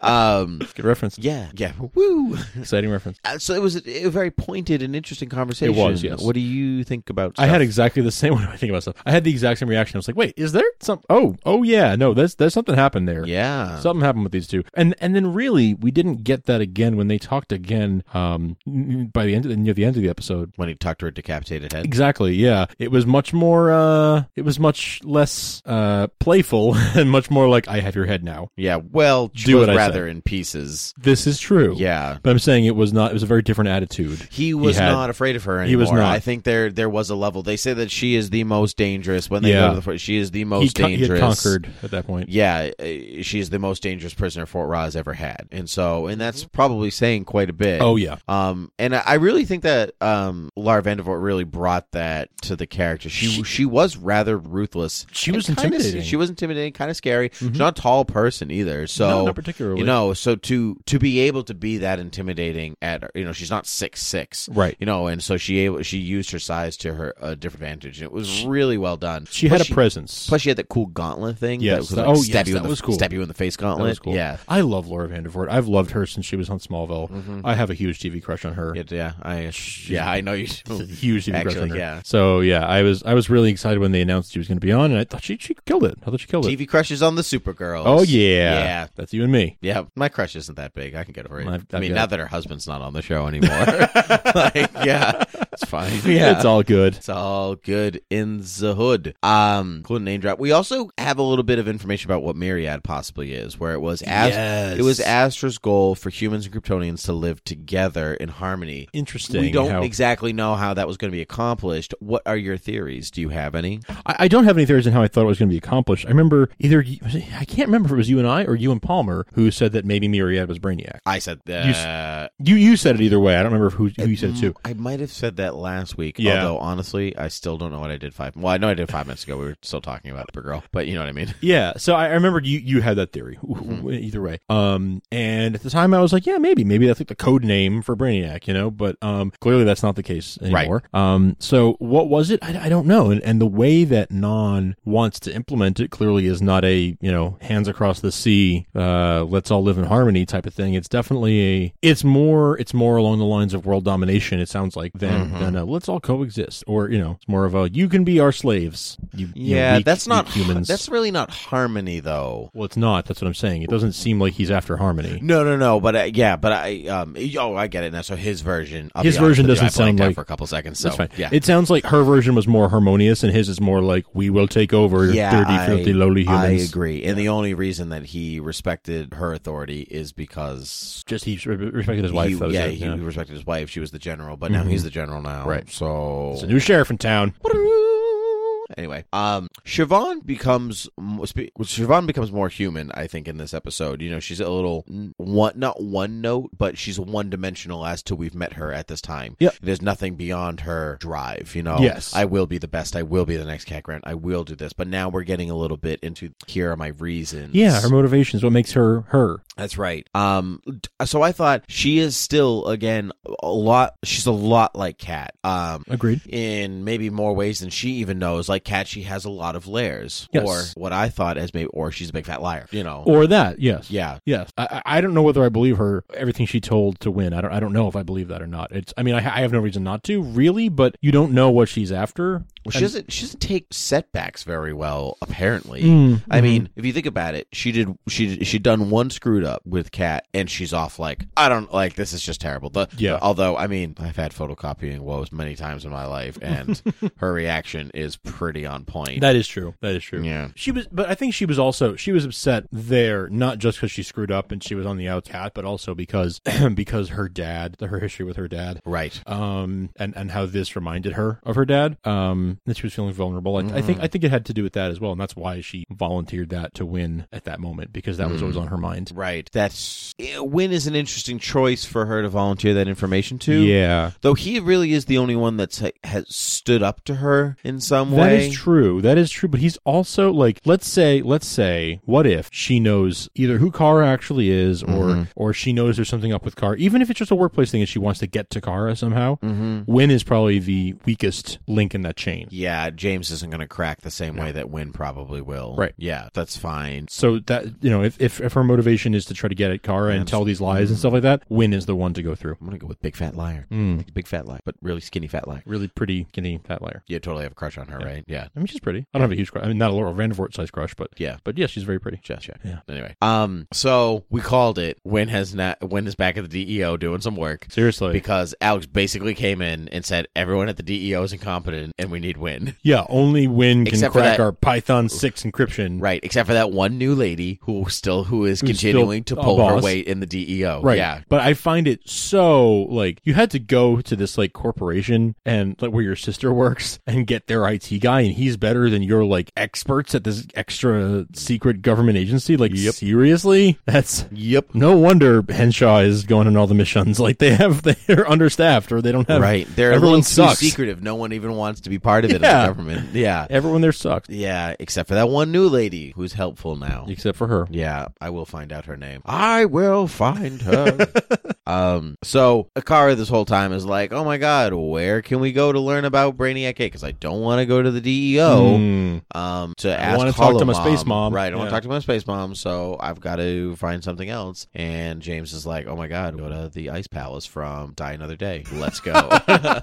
S3: um,
S2: Good reference.
S3: yeah, yeah, woo.
S2: Exciting reference.
S3: Uh, So it was a, a very pointed and interesting conversation.
S2: yes.
S3: What do you think about?
S2: I had
S3: stuff?
S2: exactly the same. What do I think about stuff? I had the exact same reaction. I was like, "Wait, is there some? Oh, oh yeah, no, there's there's something happened there.
S3: yeah.
S2: something happened with these two and and then really we didn't get that again when they talked again um n- by the end of the, near the end of the episode
S3: when he talked to her decapitated head.
S2: exactly yeah it was much more uh it was much less uh playful and much more like i have your head now
S3: Yeah, well, she
S2: Do
S3: was
S2: what I
S3: rather in pieces.
S2: this is true
S3: Yeah.
S2: but i'm saying it was not it was a very different attitude
S3: He was
S2: had-
S3: not afraid of her anymore.
S2: He was not.
S3: I think there there was a level. They say that she is the most dangerous when they
S2: Yeah.
S3: go to the fort. She is the
S2: he,
S3: most
S2: con- he
S3: dangerous.
S2: had conquered at that point
S3: Yeah, uh, she is the most dangerous prisoner Fort Ra has ever had, and so and that's probably saying quite a bit.
S2: Mm-hmm. oh yeah
S3: Um, and I I really think that um, Lara Vandervoort really brought that to the character. She she, was rather ruthless.
S2: She
S3: and
S2: was
S3: kinda-
S2: intimidating. Mm-hmm.
S3: she was intimidating, kind of scary. She's not a tall person either, so
S2: No, not particularly.
S3: You know, so to to be able to be that intimidating at you know she's not six six,
S2: Right.
S3: You know, and so she able she used her size to her uh, different advantage. It was really well done.
S2: she
S3: Plus
S2: had a presence
S3: Plus, she had that cool gauntlet thing.
S2: Yes,
S3: that was
S2: that-
S3: like
S2: oh,
S3: stab
S2: yes,
S3: you in
S2: that
S3: the,
S2: was cool.
S3: Stab you in the face
S2: that
S3: gauntlet.
S2: was cool.
S3: Yeah,
S2: I love Laura Vandervoort. I've loved her since she was on Smallville.
S3: Mm-hmm.
S2: I have a huge TV crush on her.
S3: yeah, yeah. I yeah, I know you. do.
S2: huge TV crush
S3: Actually,
S2: on her.
S3: yeah.
S2: So yeah, I was I was really excited when they announced she was going to be on, and I thought she she killed it. I thought she killed it.
S3: TV crushes on the Supergirl.
S2: Oh yeah,
S3: yeah,
S2: That's you and me.
S3: yeah. My crush isn't that big. I can get over it.
S2: I've-
S3: I
S2: I've
S3: mean,
S2: got-
S3: now that her husband's not on the show anymore, like, yeah, it's fine. Yeah,
S2: It's all good.
S3: It's all good in the hood. Um, cool name drop. We also have a little bit of information about what Myriad possibly is, where it was Ast-
S2: Yes.
S3: it was Astra's goal for humans and Kryptonians to live together in harmony.
S2: Interesting.
S3: We don't
S2: how-
S3: exactly know how that was going to be accomplished. What are your theories? Do you have any?
S2: I, I don't have any theories on how I thought it was going to be accomplished. I remember either you- I can't remember if it was you and I or you and Palmer who said that maybe Myriad was Brainiac.
S3: I said uh,
S2: You
S3: that.
S2: You you said it either way. I don't remember who, who you said it to.
S3: Mm, I might have said that last week.
S2: Yeah.
S3: Although honestly, I still don't know what I did five. Well, I know I did five minutes ago. We were still talking about Supergirl, but you know what I mean.
S2: Yeah, so I, I remembered you you had that theory
S3: Mm-hmm.
S2: Ooh, either way. Um, and at the time I was like, yeah, maybe maybe that's like the code name for Brainiac, you know. But um, clearly that's not the case
S3: Right.
S2: anymore. Um, so what was it? I, I don't know. And and the way that Non wants to implement it clearly is not a you know hands across the sea, uh, let's all live in harmony type of thing. It's definitely a it's more it's more along the lines of world domination. It sounds like than
S3: Mm-hmm.
S2: than a, let's all coexist, or you know, it's more of a you can be our slaves. You, you know,
S3: Yeah,
S2: weak-
S3: that's
S2: weak
S3: not
S2: humans.
S3: That's really not harmony, though.
S2: Well, it's not. That's what I'm saying. It doesn't seem like he's after harmony.
S3: No, no, no. But uh, yeah, but I um. Oh, I get it now. So his version. I'll
S2: His
S3: be honest
S2: version
S3: with you,
S2: doesn't
S3: I blanked
S2: sound
S3: out
S2: like-
S3: for a couple seconds. So
S2: That's fine.
S3: yeah.
S2: It sounds like her version was more harmonious, and his is more like we will take over your
S3: yeah,
S2: dirty,
S3: I-
S2: filthy, lowly
S3: I
S2: humans.
S3: agree. And the only reason that he respected her authority is because
S2: Just he re- respected his wife.
S3: he,
S2: that was
S3: yeah,
S2: it,
S3: he
S2: yeah. Mm-hmm.
S3: respected his wife. She was the general, but now he's the general now.
S2: Right.
S3: So
S2: It's a new sheriff in town.
S3: Anyway, um, Siobhan becomes m- spe- Siobhan becomes more human. I think in this episode, you know, she's a little n- one, not one note, but she's one dimensional as to we've met her at this time.
S2: Yep.
S3: there's nothing beyond her drive. You know,
S2: Yes.
S3: I will be the best. I will be the next Cat Grant. I will do this. But now we're getting a little bit into here are my reasons.
S2: Yeah, her motivations, what makes her her.
S3: That's right. Um, d- so I thought she is still again a lot. She's a lot like Cat. Um,
S2: Agreed.
S3: in maybe more ways than she even knows. Like Kat, she has a lot of layers,
S2: Yes.
S3: or what I thought as maybe, or she's a big fat liar. You know,
S2: Or that, yes.
S3: yeah,
S2: Yes, I, I I don't know whether I believe her everything she told to win. I don't. I don't know if I believe that or not. It's. I mean, I, I have no reason not to, really. But you don't know what she's after.
S3: Well, she
S2: And-
S3: doesn't. She doesn't take setbacks very well. Apparently,
S2: Mm,
S3: I
S2: mhm.
S3: mean, if you think about it, she did. She she done one screwed up with Kat, and she's off. Like I don't like this is just terrible. The,
S2: Yeah.
S3: although I mean, I've had photocopying woes many times in my life, and her reaction is pretty on point.
S2: that is true. That is true.
S3: yeah.
S2: She was, but I think she was also she was upset there, not just because she screwed up and she was on the outcat, but also because because her dad, her history with her dad,
S3: Right.
S2: um, and and how this reminded her of her dad, um, that she was feeling vulnerable. I, I think I think it had to do with that as well, and that's why she volunteered that to win at that moment because that was always on her mind.
S3: Right. That's eh, Win is an interesting choice for her to volunteer that information to.
S2: Yeah,
S3: Though he really is the only one that's has stood up to her in some
S2: That
S3: way.
S2: is true. That is true. But he's also like, let's say, let's say, what if she knows either who Kara actually is, or or she knows there's something up with Kara, even if it's just a workplace thing and she wants to get to Kara somehow. Win is probably the weakest link in that chain.
S3: Yeah, James isn't going to crack the same way that Win probably will.
S2: Right.
S3: Yeah, that's fine.
S2: So that you know, if, if if her motivation is to try to get at Kara and tell these lies and stuff like that, Win is the one to go through. Hmm.
S3: I'm going to go with Big Fat Liar.
S2: Mm.
S3: Big Fat Liar, but really skinny Fat Liar.
S2: Really pretty skinny fat liar.
S3: You totally have a crush on her, right? Yeah.
S2: I mean, she's pretty. I don't have a huge crush. I mean, not a Laurel Vandervoort size crush, but
S3: Yeah.
S2: but yeah, she's very pretty.
S3: Just check.
S2: Yeah.
S3: Anyway, um, so we called it. Win has not. Win is back at the DEO doing some work
S2: Seriously.
S3: because Alex basically came in and said everyone at the DEO is incompetent and we need Win.
S2: Yeah, only Win can
S3: Except for
S2: crack
S3: that-
S2: our Python six encryption.
S3: Right, except for that one new lady who still who is
S2: Who's still
S3: continuing to
S2: a
S3: pull her
S2: boss.
S3: weight in the DEO.
S2: Right.
S3: Yeah.
S2: But I find it so like you had to go to this like corporation and like where your sister works and get their IT guy and he's better than your like experts at this extra secret government agency. Like seriously? That's
S3: Yep.
S2: no wonder Henshaw is going on all the missions. Like they have they're understaffed or they don't have
S3: Right. They're
S2: everyone
S3: everyone so
S2: sucks.
S3: secretive. No one even wants to be part of it in
S2: Yeah.
S3: the government. Yeah.
S2: Everyone there sucks.
S3: Yeah, except for that one new lady who's helpful now.
S2: Except for her.
S3: Yeah, I will find out her name. I will find her. um, so Akara this whole time is like, "Oh my god, where can we go to learn about Brainiac 8 cuz I don't want to go to the E DEO."
S2: Mm.
S3: um, to
S2: I
S3: ask.
S2: wanna talk to my
S3: Holomom.
S2: space mom.
S3: Right, I want
S2: Yeah.
S3: to talk to my space mom, so I've got to find something else. And James is like, "Oh my god, go to the Ice Palace from Die Another Day. Let's go."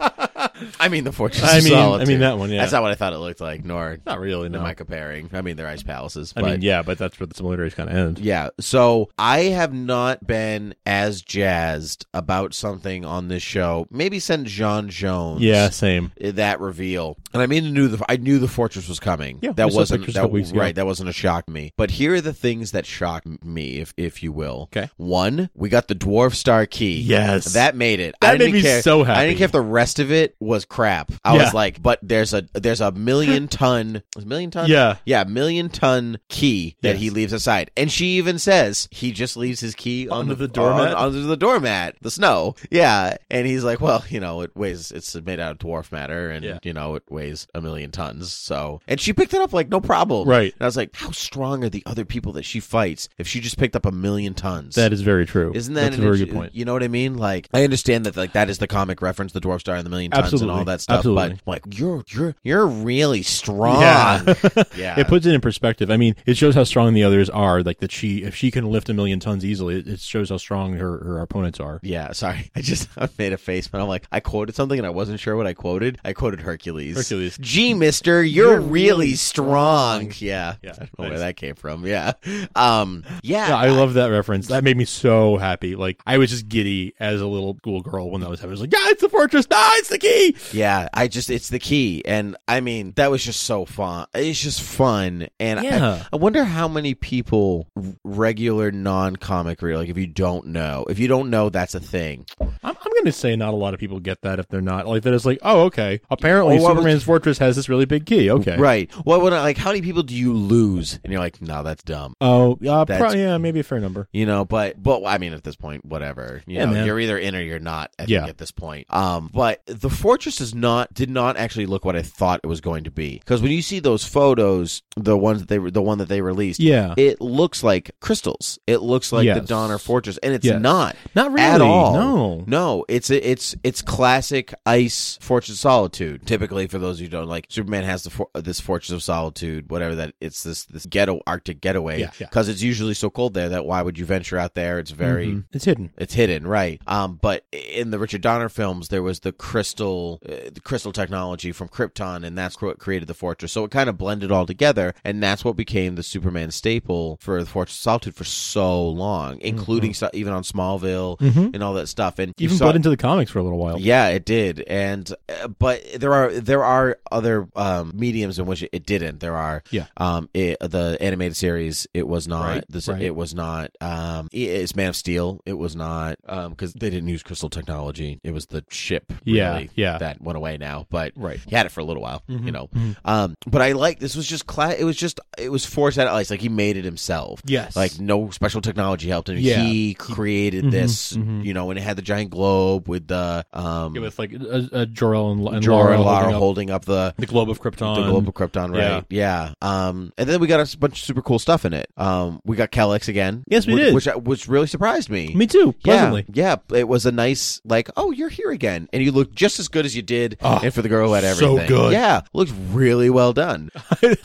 S3: I mean, the Fortress.
S2: I
S3: of
S2: mean I
S3: Solitude.
S2: mean that one, yeah.
S3: That's not what I thought it looked like. Nor
S2: not really, no.
S3: am I comparing. I mean, they're ice palaces.
S2: I
S3: But
S2: mean, yeah, but that's where the similarities kind of end.
S3: yeah. So I have not been as jazzed about something on this show. Maybe send John Jones.
S2: Yeah, same.
S3: eh, that reveal. And I mean, I knew the I knew the fortress was coming.
S2: Yeah, we
S3: that
S2: saw
S3: wasn't
S2: pictures a
S3: that,
S2: couple weeks ago.
S3: right. That wasn't a shock to me. But here are the things that shocked me, if if you will.
S2: Okay.
S3: One, we got the dwarf star key.
S2: Yes.
S3: that made it.
S2: That
S3: I didn't
S2: made me
S3: care-
S2: so
S3: I
S2: happy.
S3: didn't care if the rest of it was crap. I
S2: Yeah.
S3: was like, but there's a there's a million ton, was it a million ton.
S2: Yeah.
S3: Yeah, million ton key that
S2: Yes.
S3: he leaves aside, and she even says he just leaves his key on
S2: Under the doormat?
S3: on- under the doormat, the snow. Yeah, and he's like, well, you know, it weighs, it's made out of dwarf matter, and
S2: Yeah.
S3: you know, it weighs a million tons. So, and she picked it up like no problem,
S2: Right.
S3: And I was like, how strong are the other people that she fights if she just picked up a million tons?
S2: That is very true.
S3: Isn't that
S2: That's a
S3: an
S2: very
S3: int-
S2: good point?
S3: You know what I mean? Like, I understand that like that is the comic reference, the dwarf star and the million tons
S2: Absolutely.
S3: and all that stuff.
S2: Absolutely.
S3: But like, you're you're you're really strong.
S2: Yeah.
S3: Yeah.
S2: It puts it in perspective. I mean, it shows how strong the others are. Like that, she if she can lift a million tons easily, it, it shows how strong her, her opponents are.
S3: Yeah, sorry. I just I made a face, but I'm like, I quoted something and I wasn't sure what I quoted. I quoted Hercules.
S2: Hercules.
S3: Gee, mister, you're, really strong. Yeah.
S2: Yeah,
S3: I don't know
S2: nice.
S3: where that came from. Yeah. Um, yeah.
S2: Yeah, I love that reference. That made me so happy. Like I was just giddy as a little school girl when that was happening. I was like, "Yeah, it's the fortress! No, it's the key!"
S3: Yeah, I just it's the key, and I mean that was just so fun. It's just fun, and
S2: Yeah.
S3: I, I wonder how many people, r- regular non-comic reader, like if you don't know, if you don't know, that's a thing.
S2: I'm, I'm going to say not a lot of people get that if they're not like that. It's like, oh, okay. Apparently,
S3: Or what was-
S2: Superman's fortress has this really big key. Okay,
S3: Right? Well, when I, like how many people do you lose, and you're like, no, that's dumb.
S2: Oh, uh, pro-
S3: That's-
S2: yeah, maybe a fair number.
S3: you know but but i mean at this point whatever you
S2: Yeah,
S3: know
S2: man.
S3: you're either in or you're not I think,
S2: Yeah.
S3: at this point um but the fortress is not did not actually look what i thought it was going to be because when you see those photos the ones that they were the one that they released
S2: Yeah,
S3: it looks like crystals it looks like the
S2: Yes.
S3: donner fortress and it's
S2: Yes.
S3: not
S2: not really
S3: at all
S2: No,
S3: no it's it's it's classic ice fortress solitude typically for those those of you who don't like Superman has the for- this Fortress of Solitude, whatever that it's this this ghetto Arctic getaway
S2: Yeah, yeah.
S3: because it's usually so cold there that why would you venture out there? It's very
S2: Mhm. It's hidden.
S3: it's hidden, right? Um, but in the Richard Donner films, there was the crystal, uh, the crystal technology from Krypton, and that's what created the fortress. So it kind of blended all together, and that's what became the Superman staple for the Fortress of Solitude for so long, including so- even on Smallville
S2: Mm-hmm.
S3: and all that stuff. And you
S2: Even
S3: saw-
S2: bled into the comics for a little while.
S3: yeah, it did, and uh, but there are there are other um, mediums in which it, it didn't. There are
S2: Yeah.
S3: Um, it, the animated series, it was not
S2: Right,
S3: this.
S2: right.
S3: It was not. Um, it- it's Man of Steel. It was not because they didn't use crystal technology. It was the ship.
S2: Yeah,
S3: really,
S2: yeah.
S3: that went away now, but
S2: Right.
S3: he had it for a little while.
S2: Mhm,
S3: You know.
S2: mhm.
S3: Um, but I like this was just cla- It was just it was forced out of ice. Like he made it himself.
S2: Yes.
S3: Like no special technology helped him.
S2: Yeah.
S3: He created
S2: Mhm,
S3: this,
S2: mhm.
S3: you know, and it had the giant globe with the um
S2: Yeah, with like a, a Jor-El and, and
S3: Jor
S2: Lara
S3: and Lara
S2: holding up
S3: holding up the
S2: the globe of Krypton.
S3: the globe of Krypton, right? Yeah. Um, and then we got a bunch of super cool stuff in it. Um, we got Kellex again.
S2: Yes, we
S3: which,
S2: did.
S3: Which I- which really surprised me.
S2: Me too, pleasantly.
S3: Yeah, yeah, it was a nice like, oh, you're here again, and you look just as good as you did.
S2: Oh,
S3: and for the girl who had
S2: so
S3: everything,
S2: good.
S3: Yeah, looked really well done.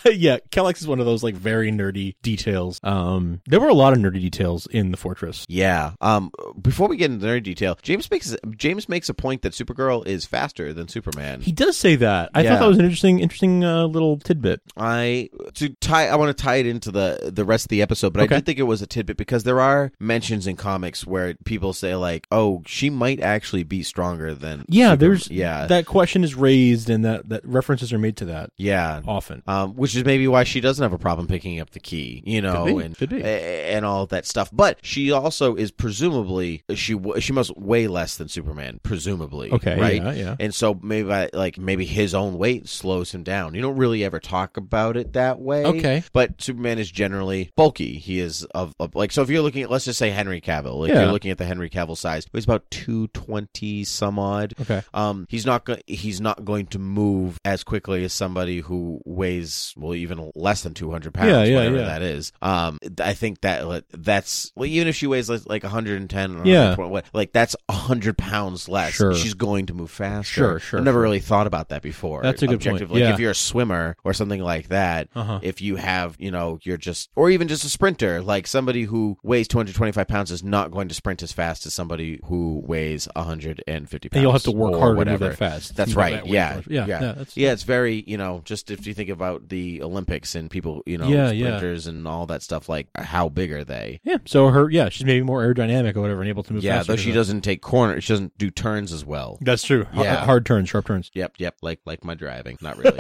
S2: Yeah, Kellex is one of those like very nerdy details. Um, there were a lot of nerdy details in the fortress.
S3: Yeah. Um. Before we get into nerdy detail, James makes James makes a point that Supergirl is faster than Superman.
S2: He does say that. I
S3: Yeah.
S2: thought that was an interesting, interesting uh, little tidbit.
S3: I to tie. I want to tie it into the the rest of the episode, but
S2: Okay.
S3: I did think it was a tidbit because there are mentions in comics where people say like, "Oh, she might actually be stronger than."
S2: Yeah,
S3: Superman."
S2: there's
S3: yeah,
S2: that question is raised, and that that references are made to that
S3: yeah.
S2: often.
S3: Um, which is maybe why she doesn't have a problem picking up the key, you know,
S2: Could be,
S3: and
S2: could be.
S3: a- and all that stuff. But she also is presumably she w- she must weigh less than Superman, presumably.
S2: Okay,
S3: right?
S2: yeah, yeah.
S3: And so maybe I, like maybe his own weight slows him down. You don't really ever talk about it that way.
S2: Okay.
S3: But Superman is generally bulky. He is of, of like so if you're looking at let's just say Henry Cavill, like
S2: Yeah.
S3: you're looking at the Henry Cavill size, he's about two twenty some odd.
S2: Okay.
S3: Um, he's not go- he's not going to move as quickly as somebody who weighs well even less than 200 pounds,
S2: Yeah, yeah,
S3: whatever
S2: yeah.
S3: that is. Um, th- I think that like, that's well, even if she weighs like, like 110, or
S2: Yeah.
S3: 120, what- like that's 100 pounds less.
S2: Sure.
S3: She's going to move faster.
S2: Sure, sure,
S3: I've never
S2: sure.
S3: really thought about that before.
S2: That's a good point,
S3: objectively. Like
S2: yeah.
S3: if you're a swimmer or something like that,
S2: Uh-huh.
S3: if you have, you know, you're just, or even just a sprinter, like somebody who weighs 225 pounds is not going to sprint as fast as somebody who weighs 150 pounds.
S2: And you'll have to work
S3: or
S2: harder to move
S3: whatever.
S2: that fast.
S3: That's
S2: Move
S3: right.
S2: that way
S3: yeah.
S2: fast. yeah,
S3: Yeah.
S2: yeah, that's-
S3: Yeah, it's very, you know, just if you think about the Olympics and people, you know,
S2: Yeah, yeah.
S3: sprinters and all that stuff, like how big are they?
S2: yeah. So her, yeah, she's maybe more aerodynamic or whatever, and able to move.
S3: Yeah,
S2: faster
S3: though she
S2: than-
S3: doesn't take corners, she doesn't do turns as well.
S2: That's true. Hard,
S3: Yeah.
S2: hard turns, sharp turns.
S3: Yep, yep, like like my driving, not really.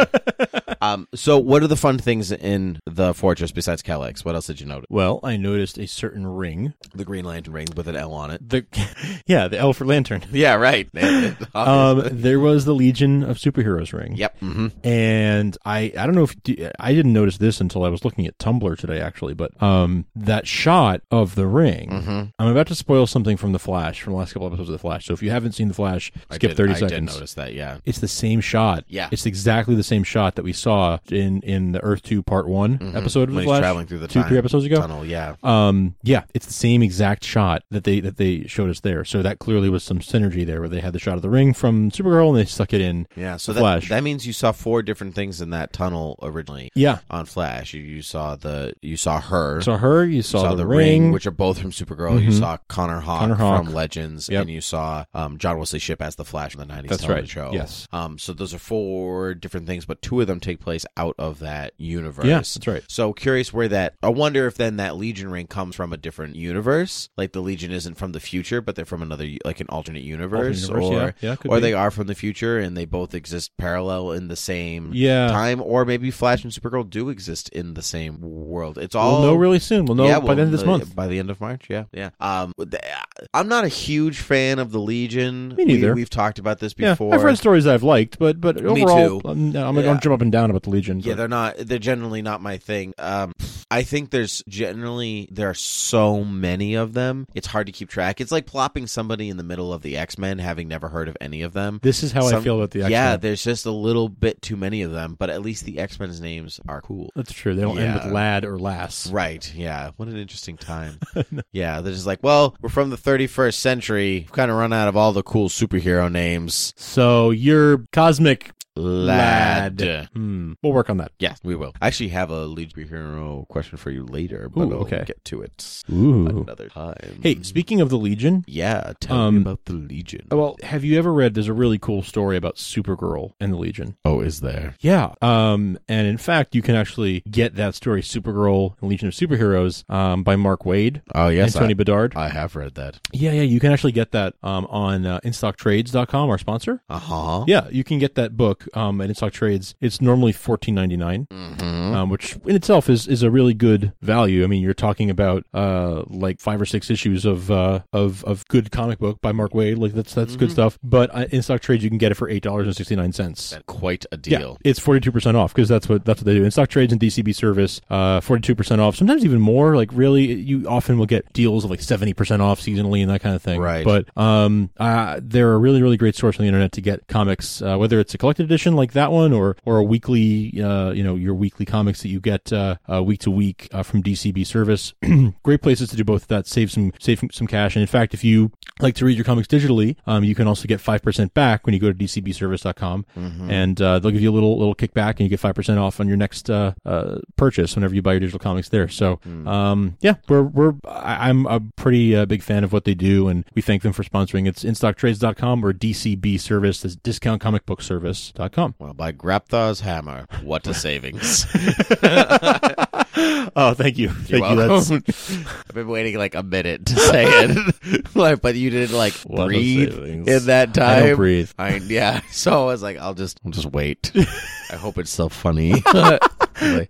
S3: um, so what are the fun things in the fortress besides Kellex? What else did you notice?
S2: Well, I noticed a certain ring.
S3: The Green Lantern ring with an L on it.
S2: The yeah, the L for lantern.
S3: Yeah, right. Obviously.
S2: Um, there was the Legion of Superheroes ring.
S3: yep. hmm
S2: and I I don't know if I didn't notice this until I was looking at Tumblr today actually, but um that shot of the ring.
S3: Mm-hmm.
S2: I'm about to spoil something from the Flash from the last couple episodes of the Flash. So if you haven't seen the Flash, skip
S3: I did,
S2: 30
S3: I did
S2: seconds.
S3: notice that. Yeah.
S2: It's the same shot.
S3: Yeah.
S2: it's exactly the same shot that we saw in in the Earth Two Part One episode of
S3: Mm-hmm. When
S2: the
S3: he's
S2: Flash.
S3: traveling through the
S2: two
S3: time
S2: three episodes ago.
S3: tunnel. Yeah.
S2: Um, yeah, it's the same exact shot that they that they showed us there. So that clearly was some synergy there, where they had the shot of the ring from Supergirl and they stuck it in.
S3: Yeah. So
S2: The
S3: that
S2: Flash.
S3: that means you saw four different things in that tunnel originally
S2: Yeah,
S3: on Flash. You, you saw the you saw her.
S2: saw her. You
S3: you
S2: saw, the, ring, Mm-hmm.
S3: which are both from Supergirl. You saw Connor Hawk,
S2: Connor Hawk.
S3: from Legends,
S2: Yep.
S3: and you saw um, John Wesley Ship as the Flash in the '90s
S2: That's
S3: television
S2: right.
S3: show.
S2: Yes.
S3: Um, so those are four different things, but two of them take place out of that universe.
S2: Yeah, that's right.
S3: So curious where that. I wonder if then that Legion ring comes from a different universe. Like the Legion isn't from the future, but they're from another, like an alternate universe,
S2: Alternate universe,
S3: or
S2: yeah. Yeah, could
S3: or
S2: be.
S3: they are from the future and they both exist parallel in the same
S2: Yeah.
S3: time. Or maybe Flash and Supergirl do exist in the same world. It's
S2: We'll
S3: all
S2: know really soon. We'll know
S3: yeah,
S2: by
S3: well, uh,
S2: the end of this
S3: the-
S2: month.
S3: By the end of March, yeah, yeah. Um, with the- I'm not a huge fan of the Legion.
S2: Me neither.
S3: We, have talked about this
S2: Yeah,
S3: before.
S2: I've read stories that I've liked, but but
S3: Me
S2: overall,
S3: too.
S2: I'm, I'm gonna
S3: Yeah.
S2: jump up and down about the Legion.
S3: Yeah,
S2: but-
S3: they're not. They're generally not my thing. Um, I think there's generally there are so many of them. It's hard to keep track. It's like plopping somebody in the middle of the X Men, having never heard of any of them.
S2: this is how I
S3: Some-
S2: feel about the X-Men.
S3: Yeah, there's just a little bit too many of them, but at least the X Men's names are cool.
S2: that's true. They don't end with
S3: Yeah.
S2: lad or lass.
S3: Right. Yeah. What an interesting time. Yeah. They're just like, well, we're from the 31st century. We've kind of run out of all the cool superhero names.
S2: So you're cosmic
S3: lad.
S2: Hmm. We'll work on that.
S3: Yeah, we will. I actually have a lead hero question for you later, but
S2: Ooh,
S3: I'll
S2: okay.
S3: get to it
S2: Ooh.
S3: another time.
S2: Hey, speaking of the Legion,
S3: yeah, tell
S2: Um,
S3: me about the Legion.
S2: well, have you ever read? There's a really cool story about Supergirl and the Legion.
S3: oh, is there?
S2: Yeah. Um, and in fact, you can actually get that story, Supergirl and Legion of Superheroes, um, by Mark Wade
S3: Oh, yes,
S2: and Tony Bedard.
S3: I, I have read that.
S2: yeah, yeah. You can actually get that um, on uh, InStockTrades.com, our sponsor.
S3: Uh huh.
S2: Yeah, you can get that book um, at InStock Trades. It's normally fourteen ninety nine,
S3: Mm-hmm.
S2: um, which in itself is is a really good value. I mean, you're talking about uh, like five or six issues of uh, of of good comic book by Mark Wade. Like that's that's good stuff. But uh, in stock trades, you can get it for eight dollars and sixty nine cents.
S3: Quite a
S2: Yeah,
S3: deal.
S2: it's forty two percent off because that's what that's what they do in stock trades and DCB service. Uh, forty two percent off, sometimes even more. Like really, you often will get deals of like seventy percent off seasonally and that kind of thing.
S3: Right.
S2: But um, uh, they're a really really great source on the internet to get comics, uh, whether it's a collected edition like that one or or a weekly, uh, you know, your weekly comics that you get uh, uh, week to week uh, from DCB service. great places to do both of that. Save some save some cash. And in fact, if you like to read your comics digitally, um, you can also get five percent back when you go to dcbservice.com and uh, they'll give you a little little kickback and you get 5% off on your next uh, uh, purchase whenever you buy your digital comics there so um, yeah we're, we're I- i'm a pretty uh, big fan of what they do and we thank them for sponsoring it's instocktrades.com or dcb service that's discount comic book service.com
S3: Well, by Grapthar's hammer, what a savings!
S2: oh thank you
S3: You're
S2: thank
S3: welcome. I've been waiting like a minute to say it, like, but you didn't like
S2: What a
S3: breathe
S2: savings.
S3: in that time.
S2: i don't breathe
S3: I- yeah, so I was like, I'll just, I'll just wait. I hope it's still funny.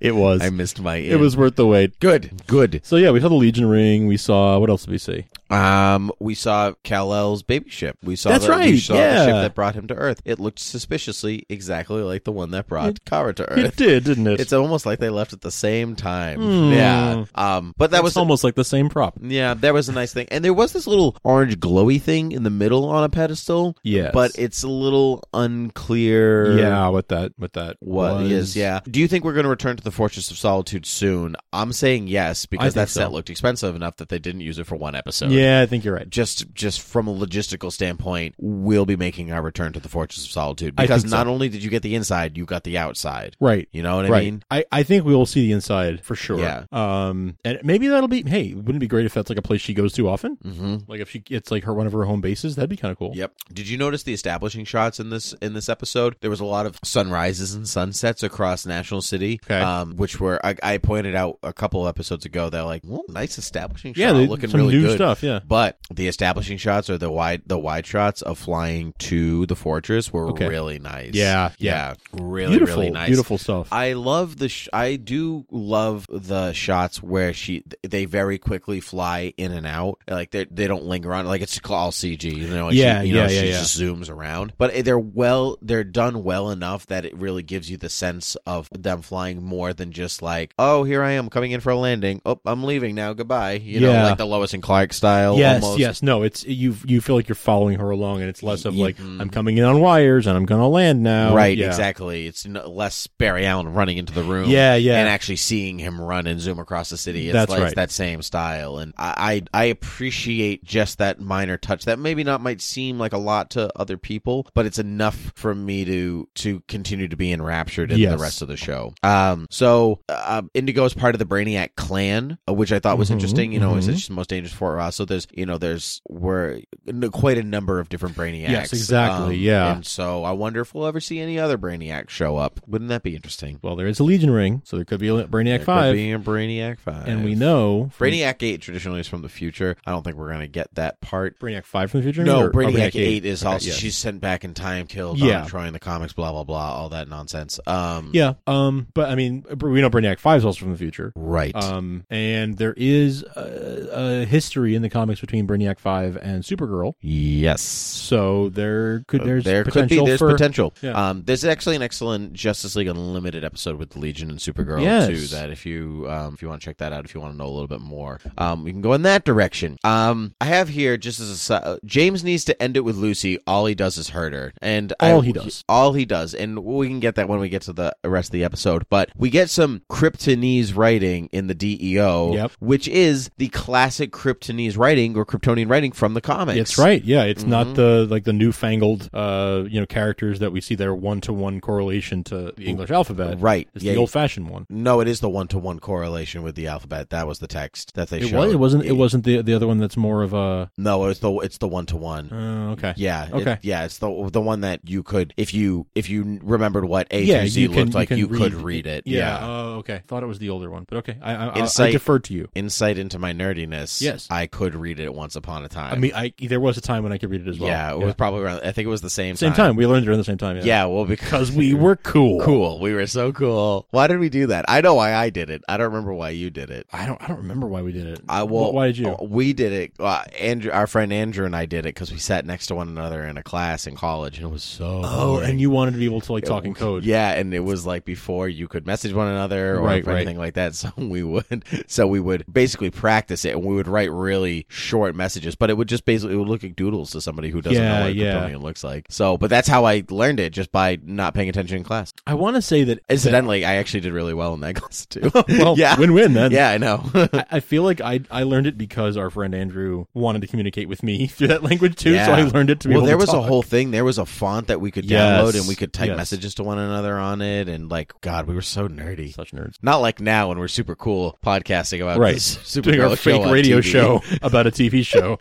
S2: it was
S3: I missed my.
S2: it was worth the wait
S3: good, good.
S2: so yeah we saw the legion ring we saw what else did we see
S3: Um, we saw Kal El's baby ship. We saw
S2: That's
S3: the, We
S2: right,
S3: saw
S2: yeah.
S3: the ship that brought him to Earth. It looked suspiciously exactly like the one that brought Kara to Earth.
S2: it did didn't it
S3: It's almost like they left at the same time.
S2: Hmm.
S3: Yeah. Um, but that
S2: It's
S3: was
S2: almost like the same prop
S3: Yeah, that was a nice thing. And there was this little orange glowy thing in the middle on a pedestal.
S2: Yes.
S3: But it's a little unclear.
S2: yeah what that what that
S3: What
S2: was.
S3: is yeah. Do you think we're going to return to the Fortress of Solitude soon? I'm saying yes because
S2: think
S3: that set
S2: so.
S3: looked expensive enough that they didn't use it for one episode.
S2: yeah i think you're right
S3: Just just from a logistical standpoint, we'll be making our return to the Fortress of Solitude
S2: I
S3: because
S2: think so.
S3: not only did you get the inside, you got the outside.
S2: Right.
S3: You know what
S2: right.
S3: I mean?
S2: I, I think we will see the inside for sure.
S3: Yeah.
S2: Um, and maybe that'll be, hey, wouldn't it be great if that's like a place she goes to often?
S3: Mm-hmm.
S2: Like if she, it's like her, one of her home bases, that'd be kind of cool.
S3: Yep. Did you notice the establishing shots in this in this episode? There was a lot of sunrises and sunsets across National City,
S2: Okay.
S3: um, which were I, I pointed out a couple episodes ago. They're like, well, nice establishing shot,
S2: Yeah. they-
S3: looking
S2: some
S3: really
S2: new
S3: good.
S2: stuff. Yeah.
S3: But the establishing shots or the wide the wide shots of flying to the fortress were
S2: Okay.
S3: really nice.
S2: Yeah,
S3: yeah, really,
S2: beautiful,
S3: really nice.
S2: beautiful stuff.
S3: I love the. Sh- I do love the shots where she they very quickly fly in and out. Like they they don't linger on. Like it's all CG. You know, like
S2: Yeah,
S3: she, you know,
S2: yeah, yeah,
S3: she
S2: yeah.
S3: just zooms around. But they're well. They're done well enough that it really gives you the sense of them flying more than just like, oh, here I am coming in for a landing. Oh, I'm leaving now. Goodbye. You
S2: Yeah.
S3: know, like the Lois and Clark style.
S2: yes.
S3: almost.
S2: Yes. No, it's, you, you feel like you're following her along and it's less of
S3: Yeah.
S2: like, I'm coming in on wires and I'm going to land now.
S3: Mm-hmm. Right,
S2: Yeah.
S3: exactly. It's n less Barry Allen running into the room.
S2: Yeah. Yeah.
S3: and actually seeing him run and zoom across the city. It's
S2: That's
S3: like
S2: right.
S3: that same style, and I, I I appreciate just that minor touch that maybe not might seem like a lot to other people, but it's enough for me to to continue to be enraptured in the
S2: Yes.
S3: rest of the show. Um, so uh, Indigo is part of the Brainiac clan, uh, which I thought was
S2: Mhm,
S3: interesting. You know, it's
S2: mhm.
S3: just the most dangerous for us. So there's you know there's we're n- quite a number of different Brainiacs. Um,
S2: exactly, yeah.
S3: and so I wonder if we'll ever see any other Brainiac show up. Wouldn't that be interesting?
S2: well, there is a Legion ring, so there could be a Brainiac
S3: There could
S2: Five,
S3: be a Brainiac Five,
S2: and we know from-
S3: Brainiac Eight traditionally is from the future. I don't think we're gonna get that part.
S2: Brainiac Five from the future.
S3: No,
S2: or- or
S3: Brainiac, Eight is
S2: Oh, Okay,
S3: also
S2: yes.
S3: she's sent back in time, killed,
S2: Yeah.
S3: yeah, Troy in the comics, blah blah blah, all that nonsense. Um,
S2: Yeah. Um. But I mean, we know Brainiac Five is also from the future.
S3: right.
S2: Um, and there is a, a history in the comics between Brainiac Five and Supergirl,
S3: yes.
S2: so there could there's
S3: Uh, there could
S2: potential
S3: be there's
S2: for
S3: potential.
S2: Yeah.
S3: Um, there's actually an excellent Justice League Unlimited episode with Legion and Supergirl
S2: Yes.
S3: too. That if you um, if you want to check that out, if you want to know a little bit more, um, we can go in that direction. Um, I have here just as a si- uh, James needs to end it with Lucy. All he does is hurt her, and I-
S2: All he does.
S3: all he does, and we can get that when we get to the rest of the episode. But we get some Kryptonese writing in the E DEO,
S2: Yep.
S3: which is the classic Kryptonese writing or Kryptonian writing from the comics.
S2: It's right. Yeah, it's
S3: Mm-hmm.
S2: not the like the newfangled uh, you know characters that we see there one to one correlation to the English alphabet.
S3: Right.
S2: It's
S3: Yeah,
S2: the old fashioned one.
S3: No, it is the one to one correlation with the alphabet. That was the text that they
S2: It
S3: showed.
S2: was. It wasn't. It wasn't the the other one that's more of a.
S3: No, it's the it's the one to one.
S2: Uh, okay.
S3: Yeah. it-
S2: Okay.
S3: yeah, it's the the one that you could if you if you remembered what A
S2: Yeah,
S3: through Z
S2: you can-
S3: looked
S2: you
S3: like,
S2: can
S3: you,
S2: read-
S3: could read it.
S2: Yeah. Oh, okay. Thought it was the older one, but okay. I I, I, I
S3: Insight-
S2: defer to you.
S3: Insight into my nerdiness.
S2: Yes.
S3: I could read it once upon a time.
S2: I mean, I there was a time when I could read it as well.
S3: yeah, it was probably around. I think it was the same
S2: Same time. We learned it around the same time.
S3: Yeah, well,
S2: Because we were cool.
S3: cool. We were so cool. Why did we do that? I know why I did it. I don't remember why you did it.
S2: I don't. I don't remember why we did it.
S3: I will.
S2: Why did you?
S3: uh, We did it. Uh, Andrew, our friend Andrew and I did it because we sat next to one another in a class in college, and it was so.
S2: Oh,
S3: boring.
S2: and you wanted to be able to like talk in code.
S3: Yeah, and it was like before you could message one another or
S2: Right,
S3: if
S2: right.
S3: anything like that. So we would, so we would basically practice it, and we would write really short messages. But it would just basically it would look like doodles to somebody who doesn't
S2: Yeah,
S3: know what
S2: yeah.
S3: Kryptonian looks like. So, but that's how I learned it, just by not paying attention in class.
S2: I want to say that.
S3: Incidentally, I actually did really well in that class too.
S2: Well,
S3: yeah,
S2: win-win then.
S3: yeah, I know.
S2: I I feel like I I learned it because our friend Andrew wanted to communicate with me through that language too, so
S3: Yeah.
S2: I learned it to be
S3: well,
S2: able
S3: there
S2: to
S3: was a
S2: talk.
S3: whole thing. There was a font that we could
S2: Yes,
S3: download, and we could type
S2: yes.
S3: messages to one another on it. And like, God, we were so nerdy.
S2: such nerds
S3: Not like now when we're super cool podcasting about
S2: right
S3: this super
S2: doing our fake radio show about a TV show.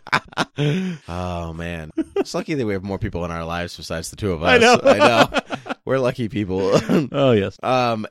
S3: Oh man, it's lucky that we have more people in our lives besides the two of us.
S2: I know.
S3: I know. We're lucky people.
S2: oh yes,
S3: um,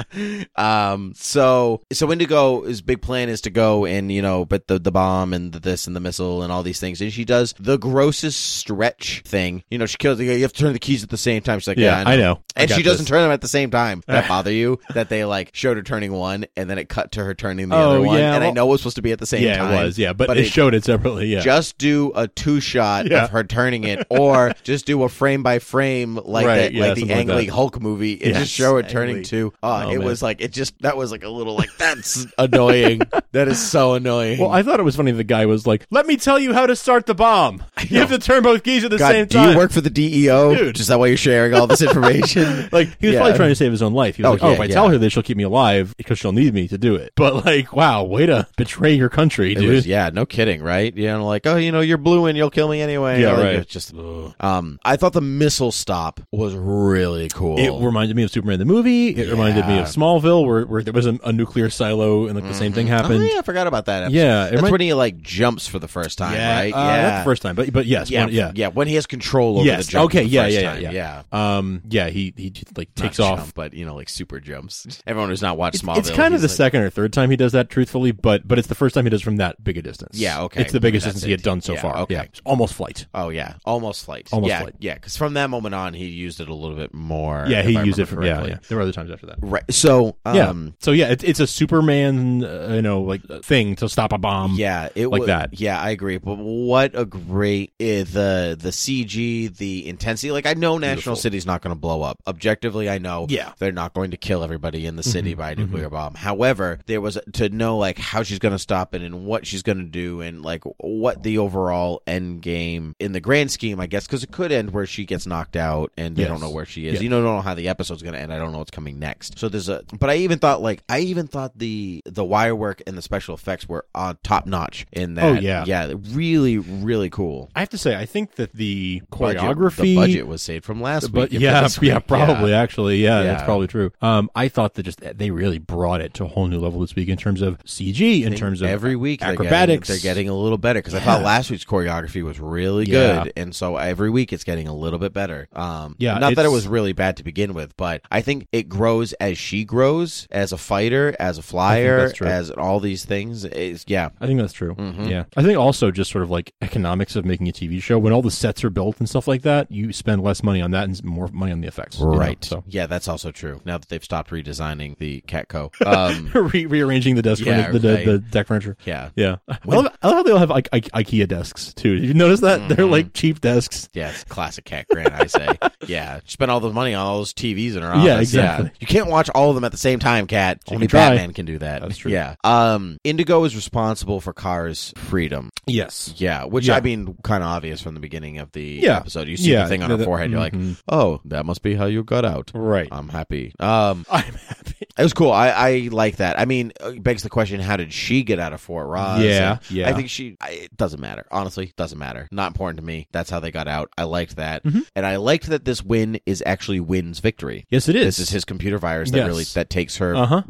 S3: um. So so Indigo is big plan is to go and you know, but the the bomb and the this and the missile and all these things, and she does the grossest stretch thing. You know, she kills. You have to turn the keys at the same time. She's like, yeah,
S2: yeah, I know. I
S3: and she
S2: got
S3: doesn't
S2: this.
S3: turn them at the same time. That bother you? That they like showed her turning one, and then it cut to her turning the
S2: Oh,
S3: other one.
S2: yeah,
S3: and I
S2: well-
S3: know it was supposed to be at the same
S2: yeah,
S3: time.
S2: it was. Yeah, but,
S3: but
S2: it,
S3: it-
S2: showed it separately. Yeah,
S3: Just do a two shot
S2: Yeah.
S3: of her turning it, or just do a frame by frame like
S2: Right,
S3: that,
S2: yeah,
S3: like the
S2: something like
S3: Ang Lee
S2: that.
S3: Hulk movie, and
S2: Yes.
S3: just show it
S2: Ang
S3: turning
S2: Lee.
S3: two. Oh,
S2: Oh,
S3: it
S2: man.
S3: was like it just that was like a little like that's annoying. that is so annoying.
S2: Well, I thought it was funny. The guy was like, "Let me tell you how to start the bomb. You have to turn both keys at the
S3: God,
S2: same
S3: do
S2: time."
S3: you work for the DEO?
S2: Dude.
S3: Is that why you're sharing all this information?
S2: like he was
S3: Yeah.
S2: probably trying to save his own life. He was
S3: Oh,
S2: like, "Oh,
S3: yeah,
S2: if I
S3: yeah.
S2: tell her this, she'll keep me alive because she'll need me to do it." But like, wow, way to betray your country,
S3: It
S2: dude.
S3: was, yeah, no kidding, right? You know, like, oh, you know, you're blue and you'll kill me anyway.
S2: Yeah,
S3: Like,
S2: right.
S3: it's just, um, I thought the missile stop was really cool. Oh,
S2: It reminded me of Superman the movie. It reminded me
S3: Yeah.
S2: of Smallville, where, where there was a, a nuclear silo and like the same thing
S3: oh,
S2: happened.
S3: yeah, I forgot about that. Episode.
S2: Yeah, it
S3: that's
S2: remind-
S3: when he like jumps for the first time, right?
S2: Uh, not the first time, but but yes,
S3: yeah,
S2: one- yeah,
S3: yeah. When he has control over
S2: Yes,
S3: the jump.
S2: okay,
S3: the
S2: yeah,
S3: first
S2: yeah, yeah,
S3: time.
S2: yeah.
S3: yeah.
S2: um, yeah. He he just, like takes
S3: Not
S2: off.
S3: jump, but you know, like super jumps. Everyone who's not watched
S2: It's,
S3: Smallville,
S2: it's kind of the
S3: he's like,
S2: second or third time he does that, truthfully, but but it's the first time he does from that big a distance.
S3: Yeah, okay.
S2: It's the biggest
S3: Maybe that's
S2: distance he had
S3: it.
S2: done so
S3: Yeah,
S2: far.
S3: okay.
S2: Yeah, it's almost flight.
S3: Oh yeah, almost flight.
S2: Almost
S3: yeah,
S2: flight.
S3: Yeah, because from that moment on, he used it a little bit more.
S2: Yeah,
S3: if
S2: he
S3: I
S2: used it
S3: remember
S2: from yeah,
S3: correctly.
S2: yeah. There were other times after that.
S3: Right. So, um,
S2: yeah. So yeah, it's it's a Superman, uh, you know, like uh, thing to stop a bomb.
S3: yeah, it
S2: like
S3: wa-
S2: that.
S3: Yeah, I agree. But what a great eh, the the CG, the intensity. Like I know National
S2: Beautiful.
S3: City's not going to blow up. Objectively, I know
S2: Yeah. Mm-hmm,
S3: they're not going to kill everybody in the city by a nuclear bomb. However, there was to know like how she's going to stop it and what she's going to do and like what the overall end game in the grand scheme, I guess, because it could end where she gets knocked out and they
S2: Yes.
S3: don't know where she is.
S2: Yeah.
S3: You don't know how the episode's going to end. I don't know what's coming next. So there's a, but I even thought like I even thought the the wire work and the special effects were on top notch in that.
S2: Oh, yeah.
S3: yeah, really really cool.
S2: I have to say, I think that the
S3: Budget-
S2: choreography,
S3: the budget was saved from last
S2: but
S3: week. if
S2: yeah,
S3: that's-
S2: yeah, probably actually, yeah, that's
S3: Yeah.
S2: probably true. Um, I thought that just they really brought it to a whole new level this week in terms of CG, in terms of
S3: every week they're getting-
S2: acrobatics.
S3: They're getting, a little better because I thought last week's choreography was really
S2: Yeah.
S3: good, and so every week it's getting a little bit better. Um,
S2: Yeah,
S3: not that it
S2: it's-
S3: was really bad to begin with, but I think it grows as she grows as a fighter, as a flyer,
S2: that's true.
S3: as all these things. It's, yeah,
S2: I think that's true.
S3: Mm-hmm.
S2: Yeah, I think also just sort of like economics of making a TV show when all the sets are built and stuff like that, you spend less money on that and more money on the effects. you know,
S3: right.
S2: So.
S3: Yeah, that's also true. Now that they've stopped redesigning the Catco, um,
S2: Re- rearranging the desk,
S3: Yeah,
S2: the, the,
S3: right.
S2: the deck furniture.
S3: yeah,
S2: Yeah, I love, I love how they all have like, I- IKEA desks too. Did you notice that
S3: Mm-hmm.
S2: they're like cheap desks?
S3: Yeah, it's classic Cat Grant, I say. yeah, spend all the money on all those TVs in her office.
S2: Yeah, exactly.
S3: You can't watch all of them at the same time, Cat.
S2: She
S3: Only
S2: can try.
S3: Batman can do that.
S2: That's true.
S3: Yeah. Um, Indigo is responsible for Kara's freedom.
S2: Yes.
S3: Yeah, which
S2: Yeah.
S3: I mean, kind of obvious from the beginning of the
S2: Yeah.
S3: episode. You see
S2: Yeah,
S3: the thing on
S2: the- mm-hmm. the-
S3: her forehead. You're like,
S2: mhm.
S3: oh, that must be how you got out.
S2: Right.
S3: I'm happy. Um,
S2: I'm happy.
S3: It was cool. I, I like that. I mean, uh, it begs the question: How did she get out of Fort Ross?
S2: Yeah,
S3: And
S2: yeah.
S3: I think she. I, it doesn't matter. Honestly, doesn't matter. Not important to me. That's how they got out. I liked that,
S2: Mhm.
S3: and I liked that this win is actually Wynn's victory.
S2: Yes, it is.
S3: This is his computer virus that
S2: Yes.
S3: really that takes her
S2: Uh-huh.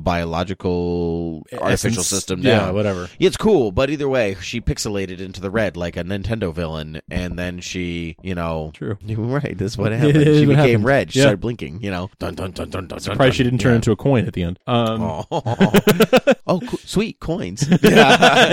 S3: biological artificial
S2: Essence.
S3: system
S2: Yeah,
S3: down.
S2: whatever.
S3: Yeah, It's cool, but either way, she pixelated into the red like a Nintendo villain, and then she, you know,
S2: True.
S3: You were right. This is what
S2: It
S3: happened.
S2: is
S3: she
S2: what
S3: became
S2: happened.
S3: red. She
S2: Yeah.
S3: started blinking. You know, dun dun dun dun dun.
S2: Surprised she didn't turn into a coin at the end. Um,
S3: Oh, oh, co- sweet coins. Yeah,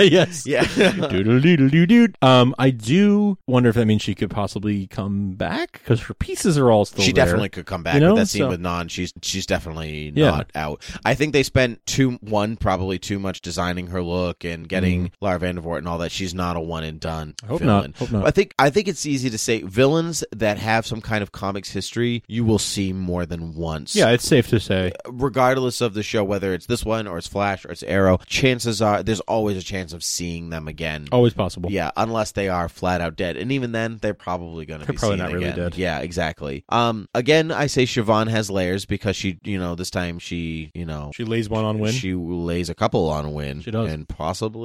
S2: yes.
S3: yeah.
S2: Doodle-doodle-doo-doo. Um, I do wonder if that means she could possibly come back because her pieces are all still.
S3: She
S2: there.
S3: definitely could come back
S2: You know,
S3: with that scene
S2: so-
S3: with Non. She's she's definitely
S2: Yeah.
S3: not out. I think they spent too one probably too much designing her look and getting Lara Vandervoort and all that. She's not a one and done
S2: Mm-hmm. Hope
S3: villain.
S2: not. Hope not.
S3: I think I think it's easy to say villains that have some kind of comics history you will see more than once.
S2: yeah, it's safe to say.
S3: regardless of the show, whether it's this one or it's Flash or it's Arrow, chances are there's always a chance of seeing them again.
S2: Always possible.
S3: Yeah, unless they are flat out dead, and even then, they're probably going to
S2: They're
S3: be
S2: probably
S3: seen
S2: not really
S3: again.
S2: dead.
S3: Yeah, exactly. Um, again, I say Siobhan has layers because she, you know, this time she, you know,
S2: She lays one on win.
S3: she lays a couple on win.
S2: She does.
S3: and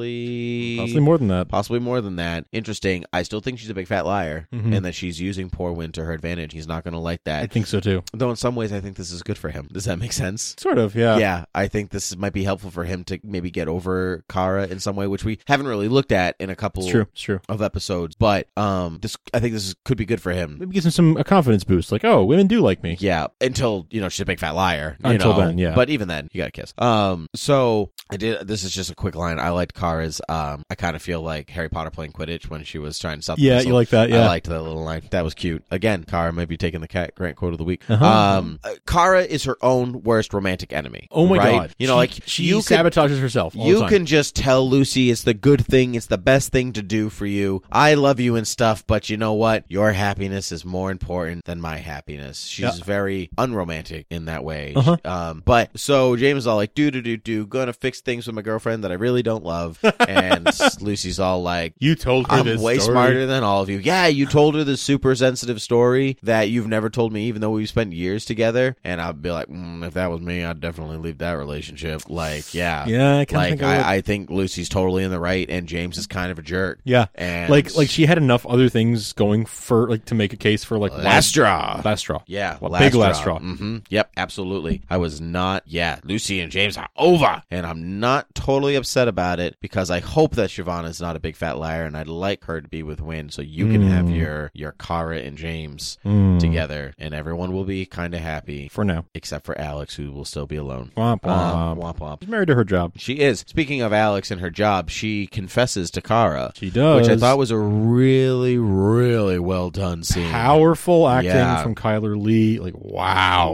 S3: possibly,
S2: Possibly more than that.
S3: possibly more than that. Interesting. I still think she's a big fat liar,
S2: Mhm.
S3: and that she's using poor Win to her advantage. He's not going to like
S2: I
S3: that.
S2: think so too.
S3: Though in some ways, I think this is good for him. Does that make sense?
S2: Sort of. Yeah.
S3: yeah, I think this might be helpful for him to maybe get over Kara in some way, which we haven't really looked at in a couple
S2: It's true. It's true.
S3: of episodes. But um, this I think this is, could be good for him.
S2: Maybe gives him some a confidence boost. Like, oh, women do like me.
S3: Yeah, until you know she's a big fat liar. you
S2: Until
S3: know.
S2: then, yeah.
S3: But even then, you got to kiss. Um, so I did. This is just a quick line. I liked Kara's. Um, I kind of feel like Harry Potter playing Quidditch when she was trying to stop. the
S2: Yeah,
S3: missile.
S2: you like that?
S3: I
S2: Yeah.
S3: liked that little line. That was cute. Again, Kara might be taking the cat Grant quote of the week.
S2: Uh-huh.
S3: Um, uh, Kara is her own worst romantic enemy.
S2: oh my
S3: right?
S2: god.
S3: You know,
S2: She-
S3: like
S2: she
S3: you could-
S2: sabotages herself. all the
S3: you
S2: time.
S3: can just tell Lucy it's the good thing, it's the best thing to do for you. I love you and stuff, but you know what? Your happiness is more important than my happiness. She's
S2: Yeah.
S3: very unromantic in that way.
S2: Uh-huh.
S3: Um, but so James is all like, do do do do, gonna fix things with my girlfriend that I really don't love, and Lucy's all like.
S2: You told her
S3: I'm
S2: this
S3: way
S2: story.
S3: smarter than all of you. Yeah, you told her this super sensitive story that you've never told me, even though we've spent years together. And I'd be like, mm, if that was me, I'd definitely leave that relationship. Like, yeah,
S2: Yeah, I kind of
S3: like
S2: think I, would.
S3: I, I think Lucy's totally in the right, and James is kind of a jerk.
S2: yeah.
S3: And
S2: Like like she had enough other things going for like to make a case for like why-
S3: last straw.
S2: last straw.
S3: Yeah,
S2: Well, big last straw.
S3: hmm Yep, absolutely. I was not. Yeah, Lucy and James are over, and I'm not totally upset about it because I hope that Siobhan is not a big fat liar, and I'd like her to be with Win, so you can have your your Kara and James
S2: Mm.
S3: together, and everyone will be kind of happy,
S2: for now.
S3: except for Alex, who will still be alone.
S2: Womp
S3: Um,
S2: womp.
S3: womp, womp.
S2: She's married to her job.
S3: She is. Speaking of Alex and her job, she confesses to Kara.
S2: She does.
S3: Which I thought was a really, really well done scene.
S2: powerful acting
S3: Yeah.
S2: from Kyler Lee. Like
S3: Wow,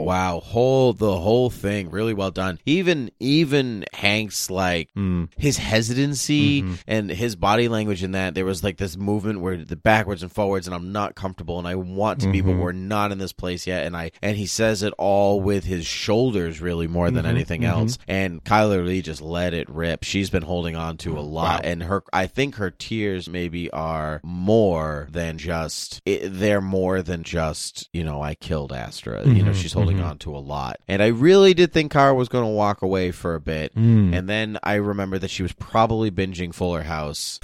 S2: wow.
S3: wow. Whole the whole thing really well done. Even even Hank's like
S2: Mm.
S3: his hesitancy
S2: Mhm.
S3: and his body language in that there was like this movement where the backwards and forwards and I'm not comfortable and I want to be but
S2: Mhm.
S3: we're not in this place yet and I and he says it all with his shoulders really more than
S2: Mhm,
S3: anything
S2: mhm.
S3: else and Kyler Lee just let it rip she's been holding on to a
S2: Oh,
S3: lot and her I think her tears maybe are more than just it, they're more than just you know I killed Astra you know
S2: Mhm,
S3: she's holding
S2: mhm.
S3: on to a lot and I really did think Kara was going to walk away for a bit
S2: Mm.
S3: and then I remember that she was probably binging Fuller House,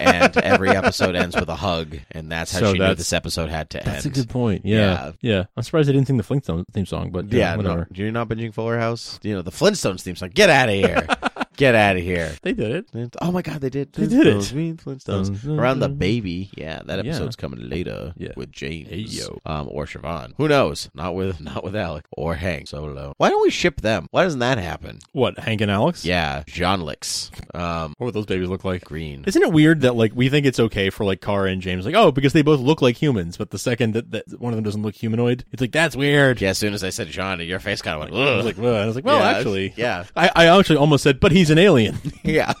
S3: and every episode ends with a hug, and that's how
S2: So
S3: she knew
S2: that's-
S3: this episode had to
S2: That's a
S3: end.
S2: good point. Yeah. yeah. I'm surprised I didn't sing the Flintstones theme song, but yeah,
S3: yeah, no,
S2: whatever.
S3: you're not binging Fuller House. You know the Flintstones theme song. Get out of here! Get out of here!
S2: They did it.
S3: Oh my God, they did.
S2: They did it.
S3: Flintstones, me and Flintstones. Around the baby, yeah, that episode's coming later
S2: Yeah.
S3: with James,
S2: Hey, yo.
S3: um, or Siobhan. Who knows? Not with, not with Alec or Hank Solo. Why don't we ship them? Why doesn't that happen?
S2: What, Hank and Alex?
S3: Yeah, John Lix, um,
S2: What would those babies look like?
S3: Green.
S2: Isn't it weird that like we think it's okay for like Kara and James like oh because they both look like humans but the second that, that one of them doesn't look humanoid it's like that's weird
S3: Yeah, as soon as I said John, your face kind of went.
S2: I
S3: Ugh.
S2: was like "Ugh." I was like well
S3: Yeah,
S2: actually
S3: yeah.
S2: I, I actually almost said but he's he's an alien.
S3: Yeah.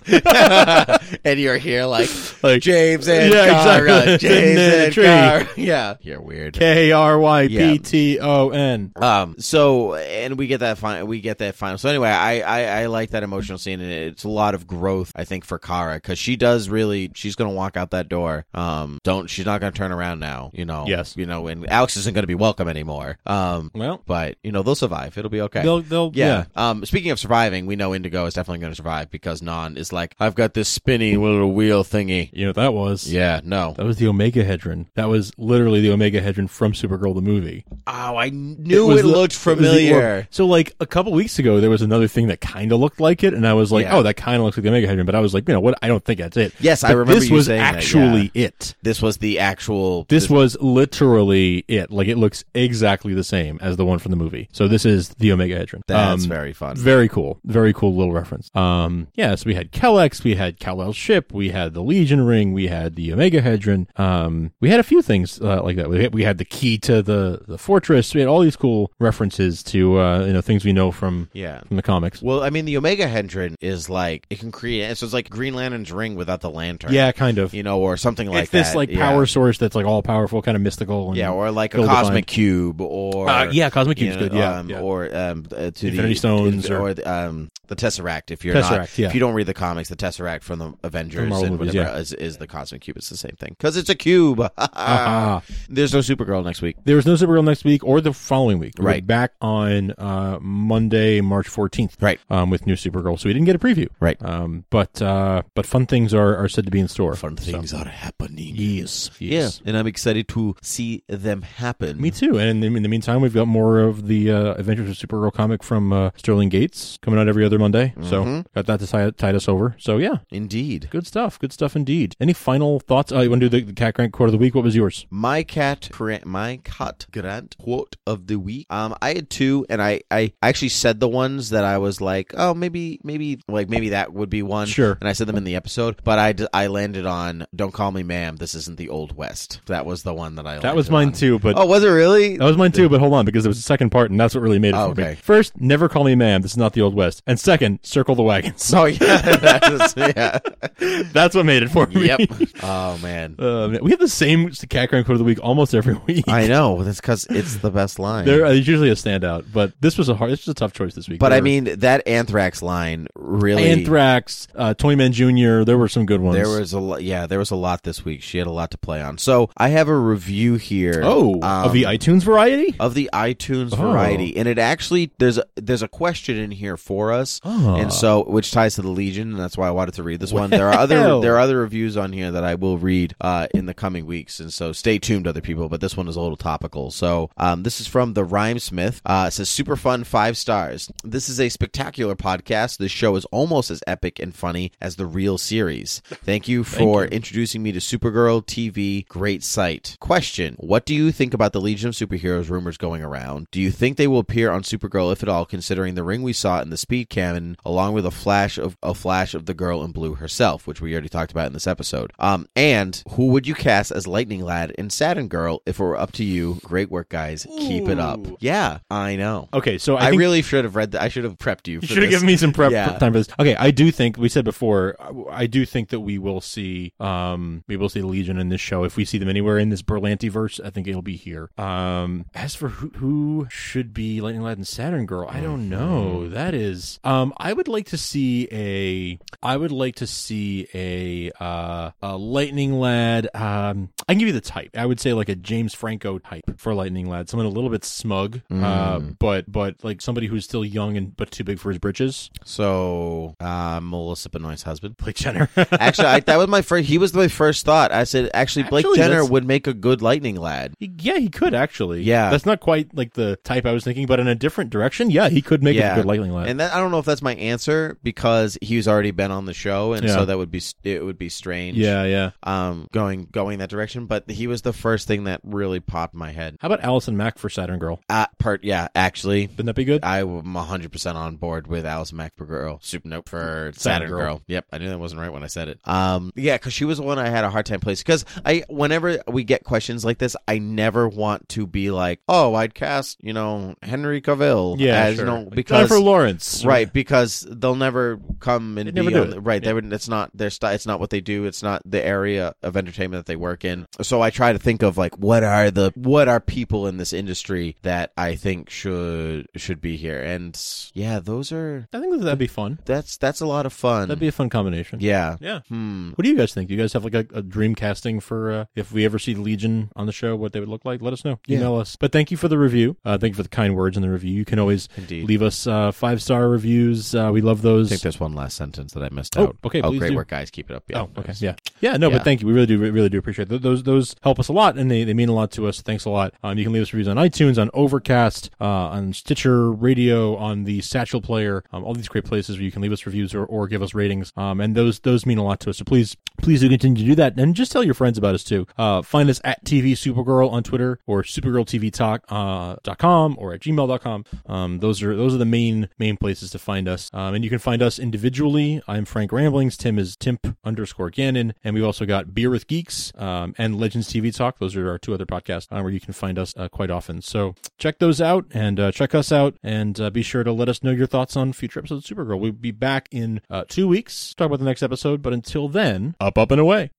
S3: and you're here like,
S2: Like-
S3: James and
S2: Yeah,
S3: Carr.
S2: exactly.
S3: uh, James
S2: In the
S3: and
S2: tree.
S3: Carr. Yeah. You're weird.
S2: K R Y P T O N.
S3: Um. So, and we get that final. We get that final. So anyway, I I, I like that emotional scene, and it's a lot of growth, I think, for Kara because she does really. She's gonna walk out that door. Um. Don't. She's not gonna turn around now. You know.
S2: Yes.
S3: You know. And Alex isn't gonna be welcome anymore. Um.
S2: Well,
S3: But you know they'll survive. It'll be okay.
S2: they'll they'll yeah.
S3: Yeah. Um. Speaking of surviving, we know Indigo is definitely going to survive because Non is like, I've got this spinny little wheel thingy.
S2: You know what that was.
S3: Yeah. No.
S2: That was the Omega Hedron. That was literally the Omega Hedron from Supergirl the movie.
S3: Oh, I knew
S2: was
S3: it,
S2: the-
S3: looked
S2: was the
S3: familiar.
S2: orb. so like a couple weeks ago, there was another thing that kind of looked like it, and I was like,
S3: Yeah.
S2: "Oh, that kind of looks like the Omega Hedron," but I was like, "You know what? I don't think that's it."
S3: Yes, I
S2: But
S3: remember
S2: This
S3: you
S2: was
S3: saying that,
S2: actually it.
S3: This was the actual.
S2: This was literally it. Like it looks exactly the same as the one from the movie. So this is the Omega Hedron.
S3: That's
S2: Um,
S3: very fun.
S2: Very cool. Very cool little reference. Um, yeah, so we had Kellex, we had Kal-El's ship, we had the Legion ring, we had the Omega Hedron. Um, we had a few things uh, like that. We had, we had the key to the, the fortress. We had all these cool references to uh, you know things we know from
S3: yeah.
S2: from the comics.
S3: Well, I mean, the Omega Hendron is like it can create. So it's like Green Lantern's ring without the lantern.
S2: Yeah, kind of.
S3: You know, or something like
S2: it's this
S3: that.
S2: like
S3: Yeah.
S2: power source that's like all powerful, kind of mystical. And,
S3: Yeah, or like a
S2: Ill-defined.
S3: cosmic cube, or
S2: Uh, yeah, Cosmic
S3: you
S2: Cube's
S3: know,
S2: good. Yeah,
S3: um,
S2: yeah.
S3: or um, uh, to
S2: Infinity
S3: the
S2: Stones or-
S3: or, the, um, the Tesseract. If you're
S2: Tesseract,
S3: not,
S2: yeah.
S3: if you don't read the comics, the Tesseract from the Avengers
S2: Marvel
S3: and
S2: movies,
S3: whatever
S2: yeah.
S3: is, is the cosmic cube. It's the same thing because it's a cube.
S2: Ah.
S3: There's no Supergirl next week.
S2: There was no Supergirl next week or the following week. We're
S3: Right.
S2: back on uh, Monday, March fourteenth.
S3: Right.
S2: Um, with new Supergirl, so we didn't get a preview.
S3: Right.
S2: Um, but uh, but fun things are, are said to be in store.
S3: Fun things are happening.
S2: Yes.
S3: Yeah,
S2: Yes.
S3: and I'm excited to see them happen.
S2: Me too. And in the, in the meantime, we've got more of the uh, Adventures of Supergirl comic from uh, Sterling Gates coming out every other Monday. So
S3: Mm-hmm.
S2: got that to tide, tide us over. So yeah,
S3: Indeed.
S2: good stuff. Good stuff indeed. Any final thoughts? Uh, you want to do the, the Cat Grant quote of the week? What was yours?
S3: My cat, Grant, my cat Grant quote of the week. Um, I had two, and I, I actually said the ones that I was like, oh, maybe, maybe, like maybe that would be one.
S2: Sure.
S3: And I said them in the episode, but I, d- I landed on "Don't call me ma'am. This isn't the old west." That was the one that I.
S2: That was
S3: landed
S2: mine
S3: on.
S2: too. But
S3: Oh, was it really?
S2: That was mine too, but hold on, because there was a second part, and that's what really made it
S3: Oh,
S2: for me.
S3: okay.
S2: First, never call me ma'am. This is not the old west. And second, circle the wagons.
S3: Oh yeah, that was, yeah.
S2: that's what made it for me.
S3: yep. Oh man,
S2: Uh, man, we have the same cat crank quote of the week almost every week.
S3: I know. That's because it's the best line.
S2: There is usually a standout, but this was a hard, this was a tough choice this week.
S3: but
S2: There
S3: I
S2: were
S3: mean, that anthrax line really
S2: Anthrax, uh, Toy Man Junior. There were some good ones.
S3: There was a lot. Yeah, there was a lot this week. She had a lot to play on. So I have a review here.
S2: oh
S3: um, uh,
S2: of the iTunes variety.
S3: of the iTunes
S2: Oh.
S3: variety, and it actually there's a, there's a question in here for us,
S2: Ah.
S3: and so which ties to the Legion, and that's why I wanted to read this one. There are other
S2: Well.
S3: there are other reviews on here that I will read uh, in the coming weeks, and so stay tuned, other people. But this one is a little topical. So um, this is from the Rhymesmith. Uh, it says super fun five stars. This is a spectacular podcast. This show is almost as epic and funny as the real series. Thank you for introducing me to Supergirl TV. Great site. Question: What do you think about the Legion of Superheroes rumors going around? Do you think they will appear on Supergirl, if at all, considering the ring we saw in the speed cannon, along with a flash of a flash of the girl in blue herself, which we already talked about in this episode? Um, and who would you cast as Lightning Lad and Saturn Girl if it were up to you? Great work, guys. Keep it up. Yeah, I know.
S2: Okay, so Oh, I,
S3: I,
S2: think
S3: really should have read. That. I should have prepped you. For
S2: You should have
S3: this.
S2: given me some prep
S3: Yeah.
S2: prep time for this. Okay, I do think we said before. I- I do think that we will see, um, we will see the Legion in this show. If we see them anywhere in this Berlanti verse, I think it'll be here. Um, as for who, who should be Lightning Lad and Saturn Girl, I
S3: Mm-hmm.
S2: don't know. That is, um, I would like to see a, I would like to see a, uh, a Lightning Lad. Um, I can give you the type. I would say like a James Franco type for Lightning Lad, someone a little bit smug, uh,
S3: Mm.
S2: but but like somebody who's still young and but too big for his britches.
S3: So, uh, Melissa Benoist's husband.
S2: Blake Jenner.
S3: Actually, I, that was my first. He was my first thought. I said, actually, Blake
S2: Actually,
S3: Jenner
S2: that's-
S3: would make a good Lightning Lad.
S2: He- yeah, he could actually.
S3: Yeah.
S2: that's not quite like the type I was thinking, but in a different direction. Yeah, he could make it a good lightning lad.
S3: And that, I don't know if that's my answer because he's already been on the show, and
S2: Yeah.
S3: so that would be it would be strange.
S2: yeah, yeah.
S3: Um, going going that direction, but he was the first thing that really popped my head.
S2: How about Allison Mack for Saturn Girl?
S3: Uh, part yeah, actually,
S2: Wouldn't that be good?
S3: I am 100% on board with Alice McGirl. Super nope for Saturn
S2: Girl.
S3: Girl. Yep, I knew that wasn't right when I said it. Um, yeah, because she was the one I had a hard time placing. Because I, whenever we get questions like this, I never want to be like, oh, I'd cast, you know, Henry Cavill.
S2: yeah,
S3: as,
S2: sure.
S3: you know,
S2: Like
S3: because
S2: Jennifer Lawrence,
S3: right, right because they'll never come and
S2: They'd
S3: be
S2: never do
S3: on
S2: it.
S3: the- right they would that's not their style it's not what they do it's not the area of entertainment that they work in so i try to think of like what are the what are people in this industry that i think should should be here and yeah those are
S2: I think that'd be fun.
S3: that's that's a lot of fun
S2: That'd be a fun combination.
S3: Mm. yeah
S2: Yeah.
S3: hmm
S2: What do you guys think? Do you guys have like a, a dream casting for uh, if we ever see Legion on the show, what they would look like? Let us know.
S3: Yeah.
S2: Email us. But thank you for the review. Uh, thank you for the kind words in the review. You can always
S3: indeed
S2: leave us uh, five star reviews. Uh, we love those.
S3: I think there's one last sentence that I missed
S2: Oh,
S3: out.
S2: okay,
S3: Oh,
S2: please
S3: great
S2: do.
S3: work, guys. Keep it up. Yeah.
S2: Oh, okay. Yeah. Yeah, no,
S3: Yeah.
S2: but thank you. We really do we really do appreciate it. Those those help us a lot and they, they mean a lot to us. Thanks a lot. Um, you can leave us reviews on iTunes, on Overcast, uh, on Stitcher Radio, on the Satchel Player, um, all these great places where you can leave us reviews or, or give us ratings. Um, and those those mean a lot to us. So please please do continue to do that and just tell your friends about us too. Uh, find us at TV Supergirl on Twitter or supergirltvtalk uh, dot com or at gmail.com. Um, those are those are the main main places to find us. Um, and you can find us individually. I'm Frank Ramblings. Tim is Timp underscore Gannon. And we've also got Beer with Geeks um, and Legends TV Talk. Those are our two other podcasts uh, where you can find us uh, quite often. So check those out and uh, check us out. And uh, be sure to let us know your thoughts on future episodes of Supergirl. We'll be back in uh, two weeks. Talk about the next episode. But until then, up, up, and away.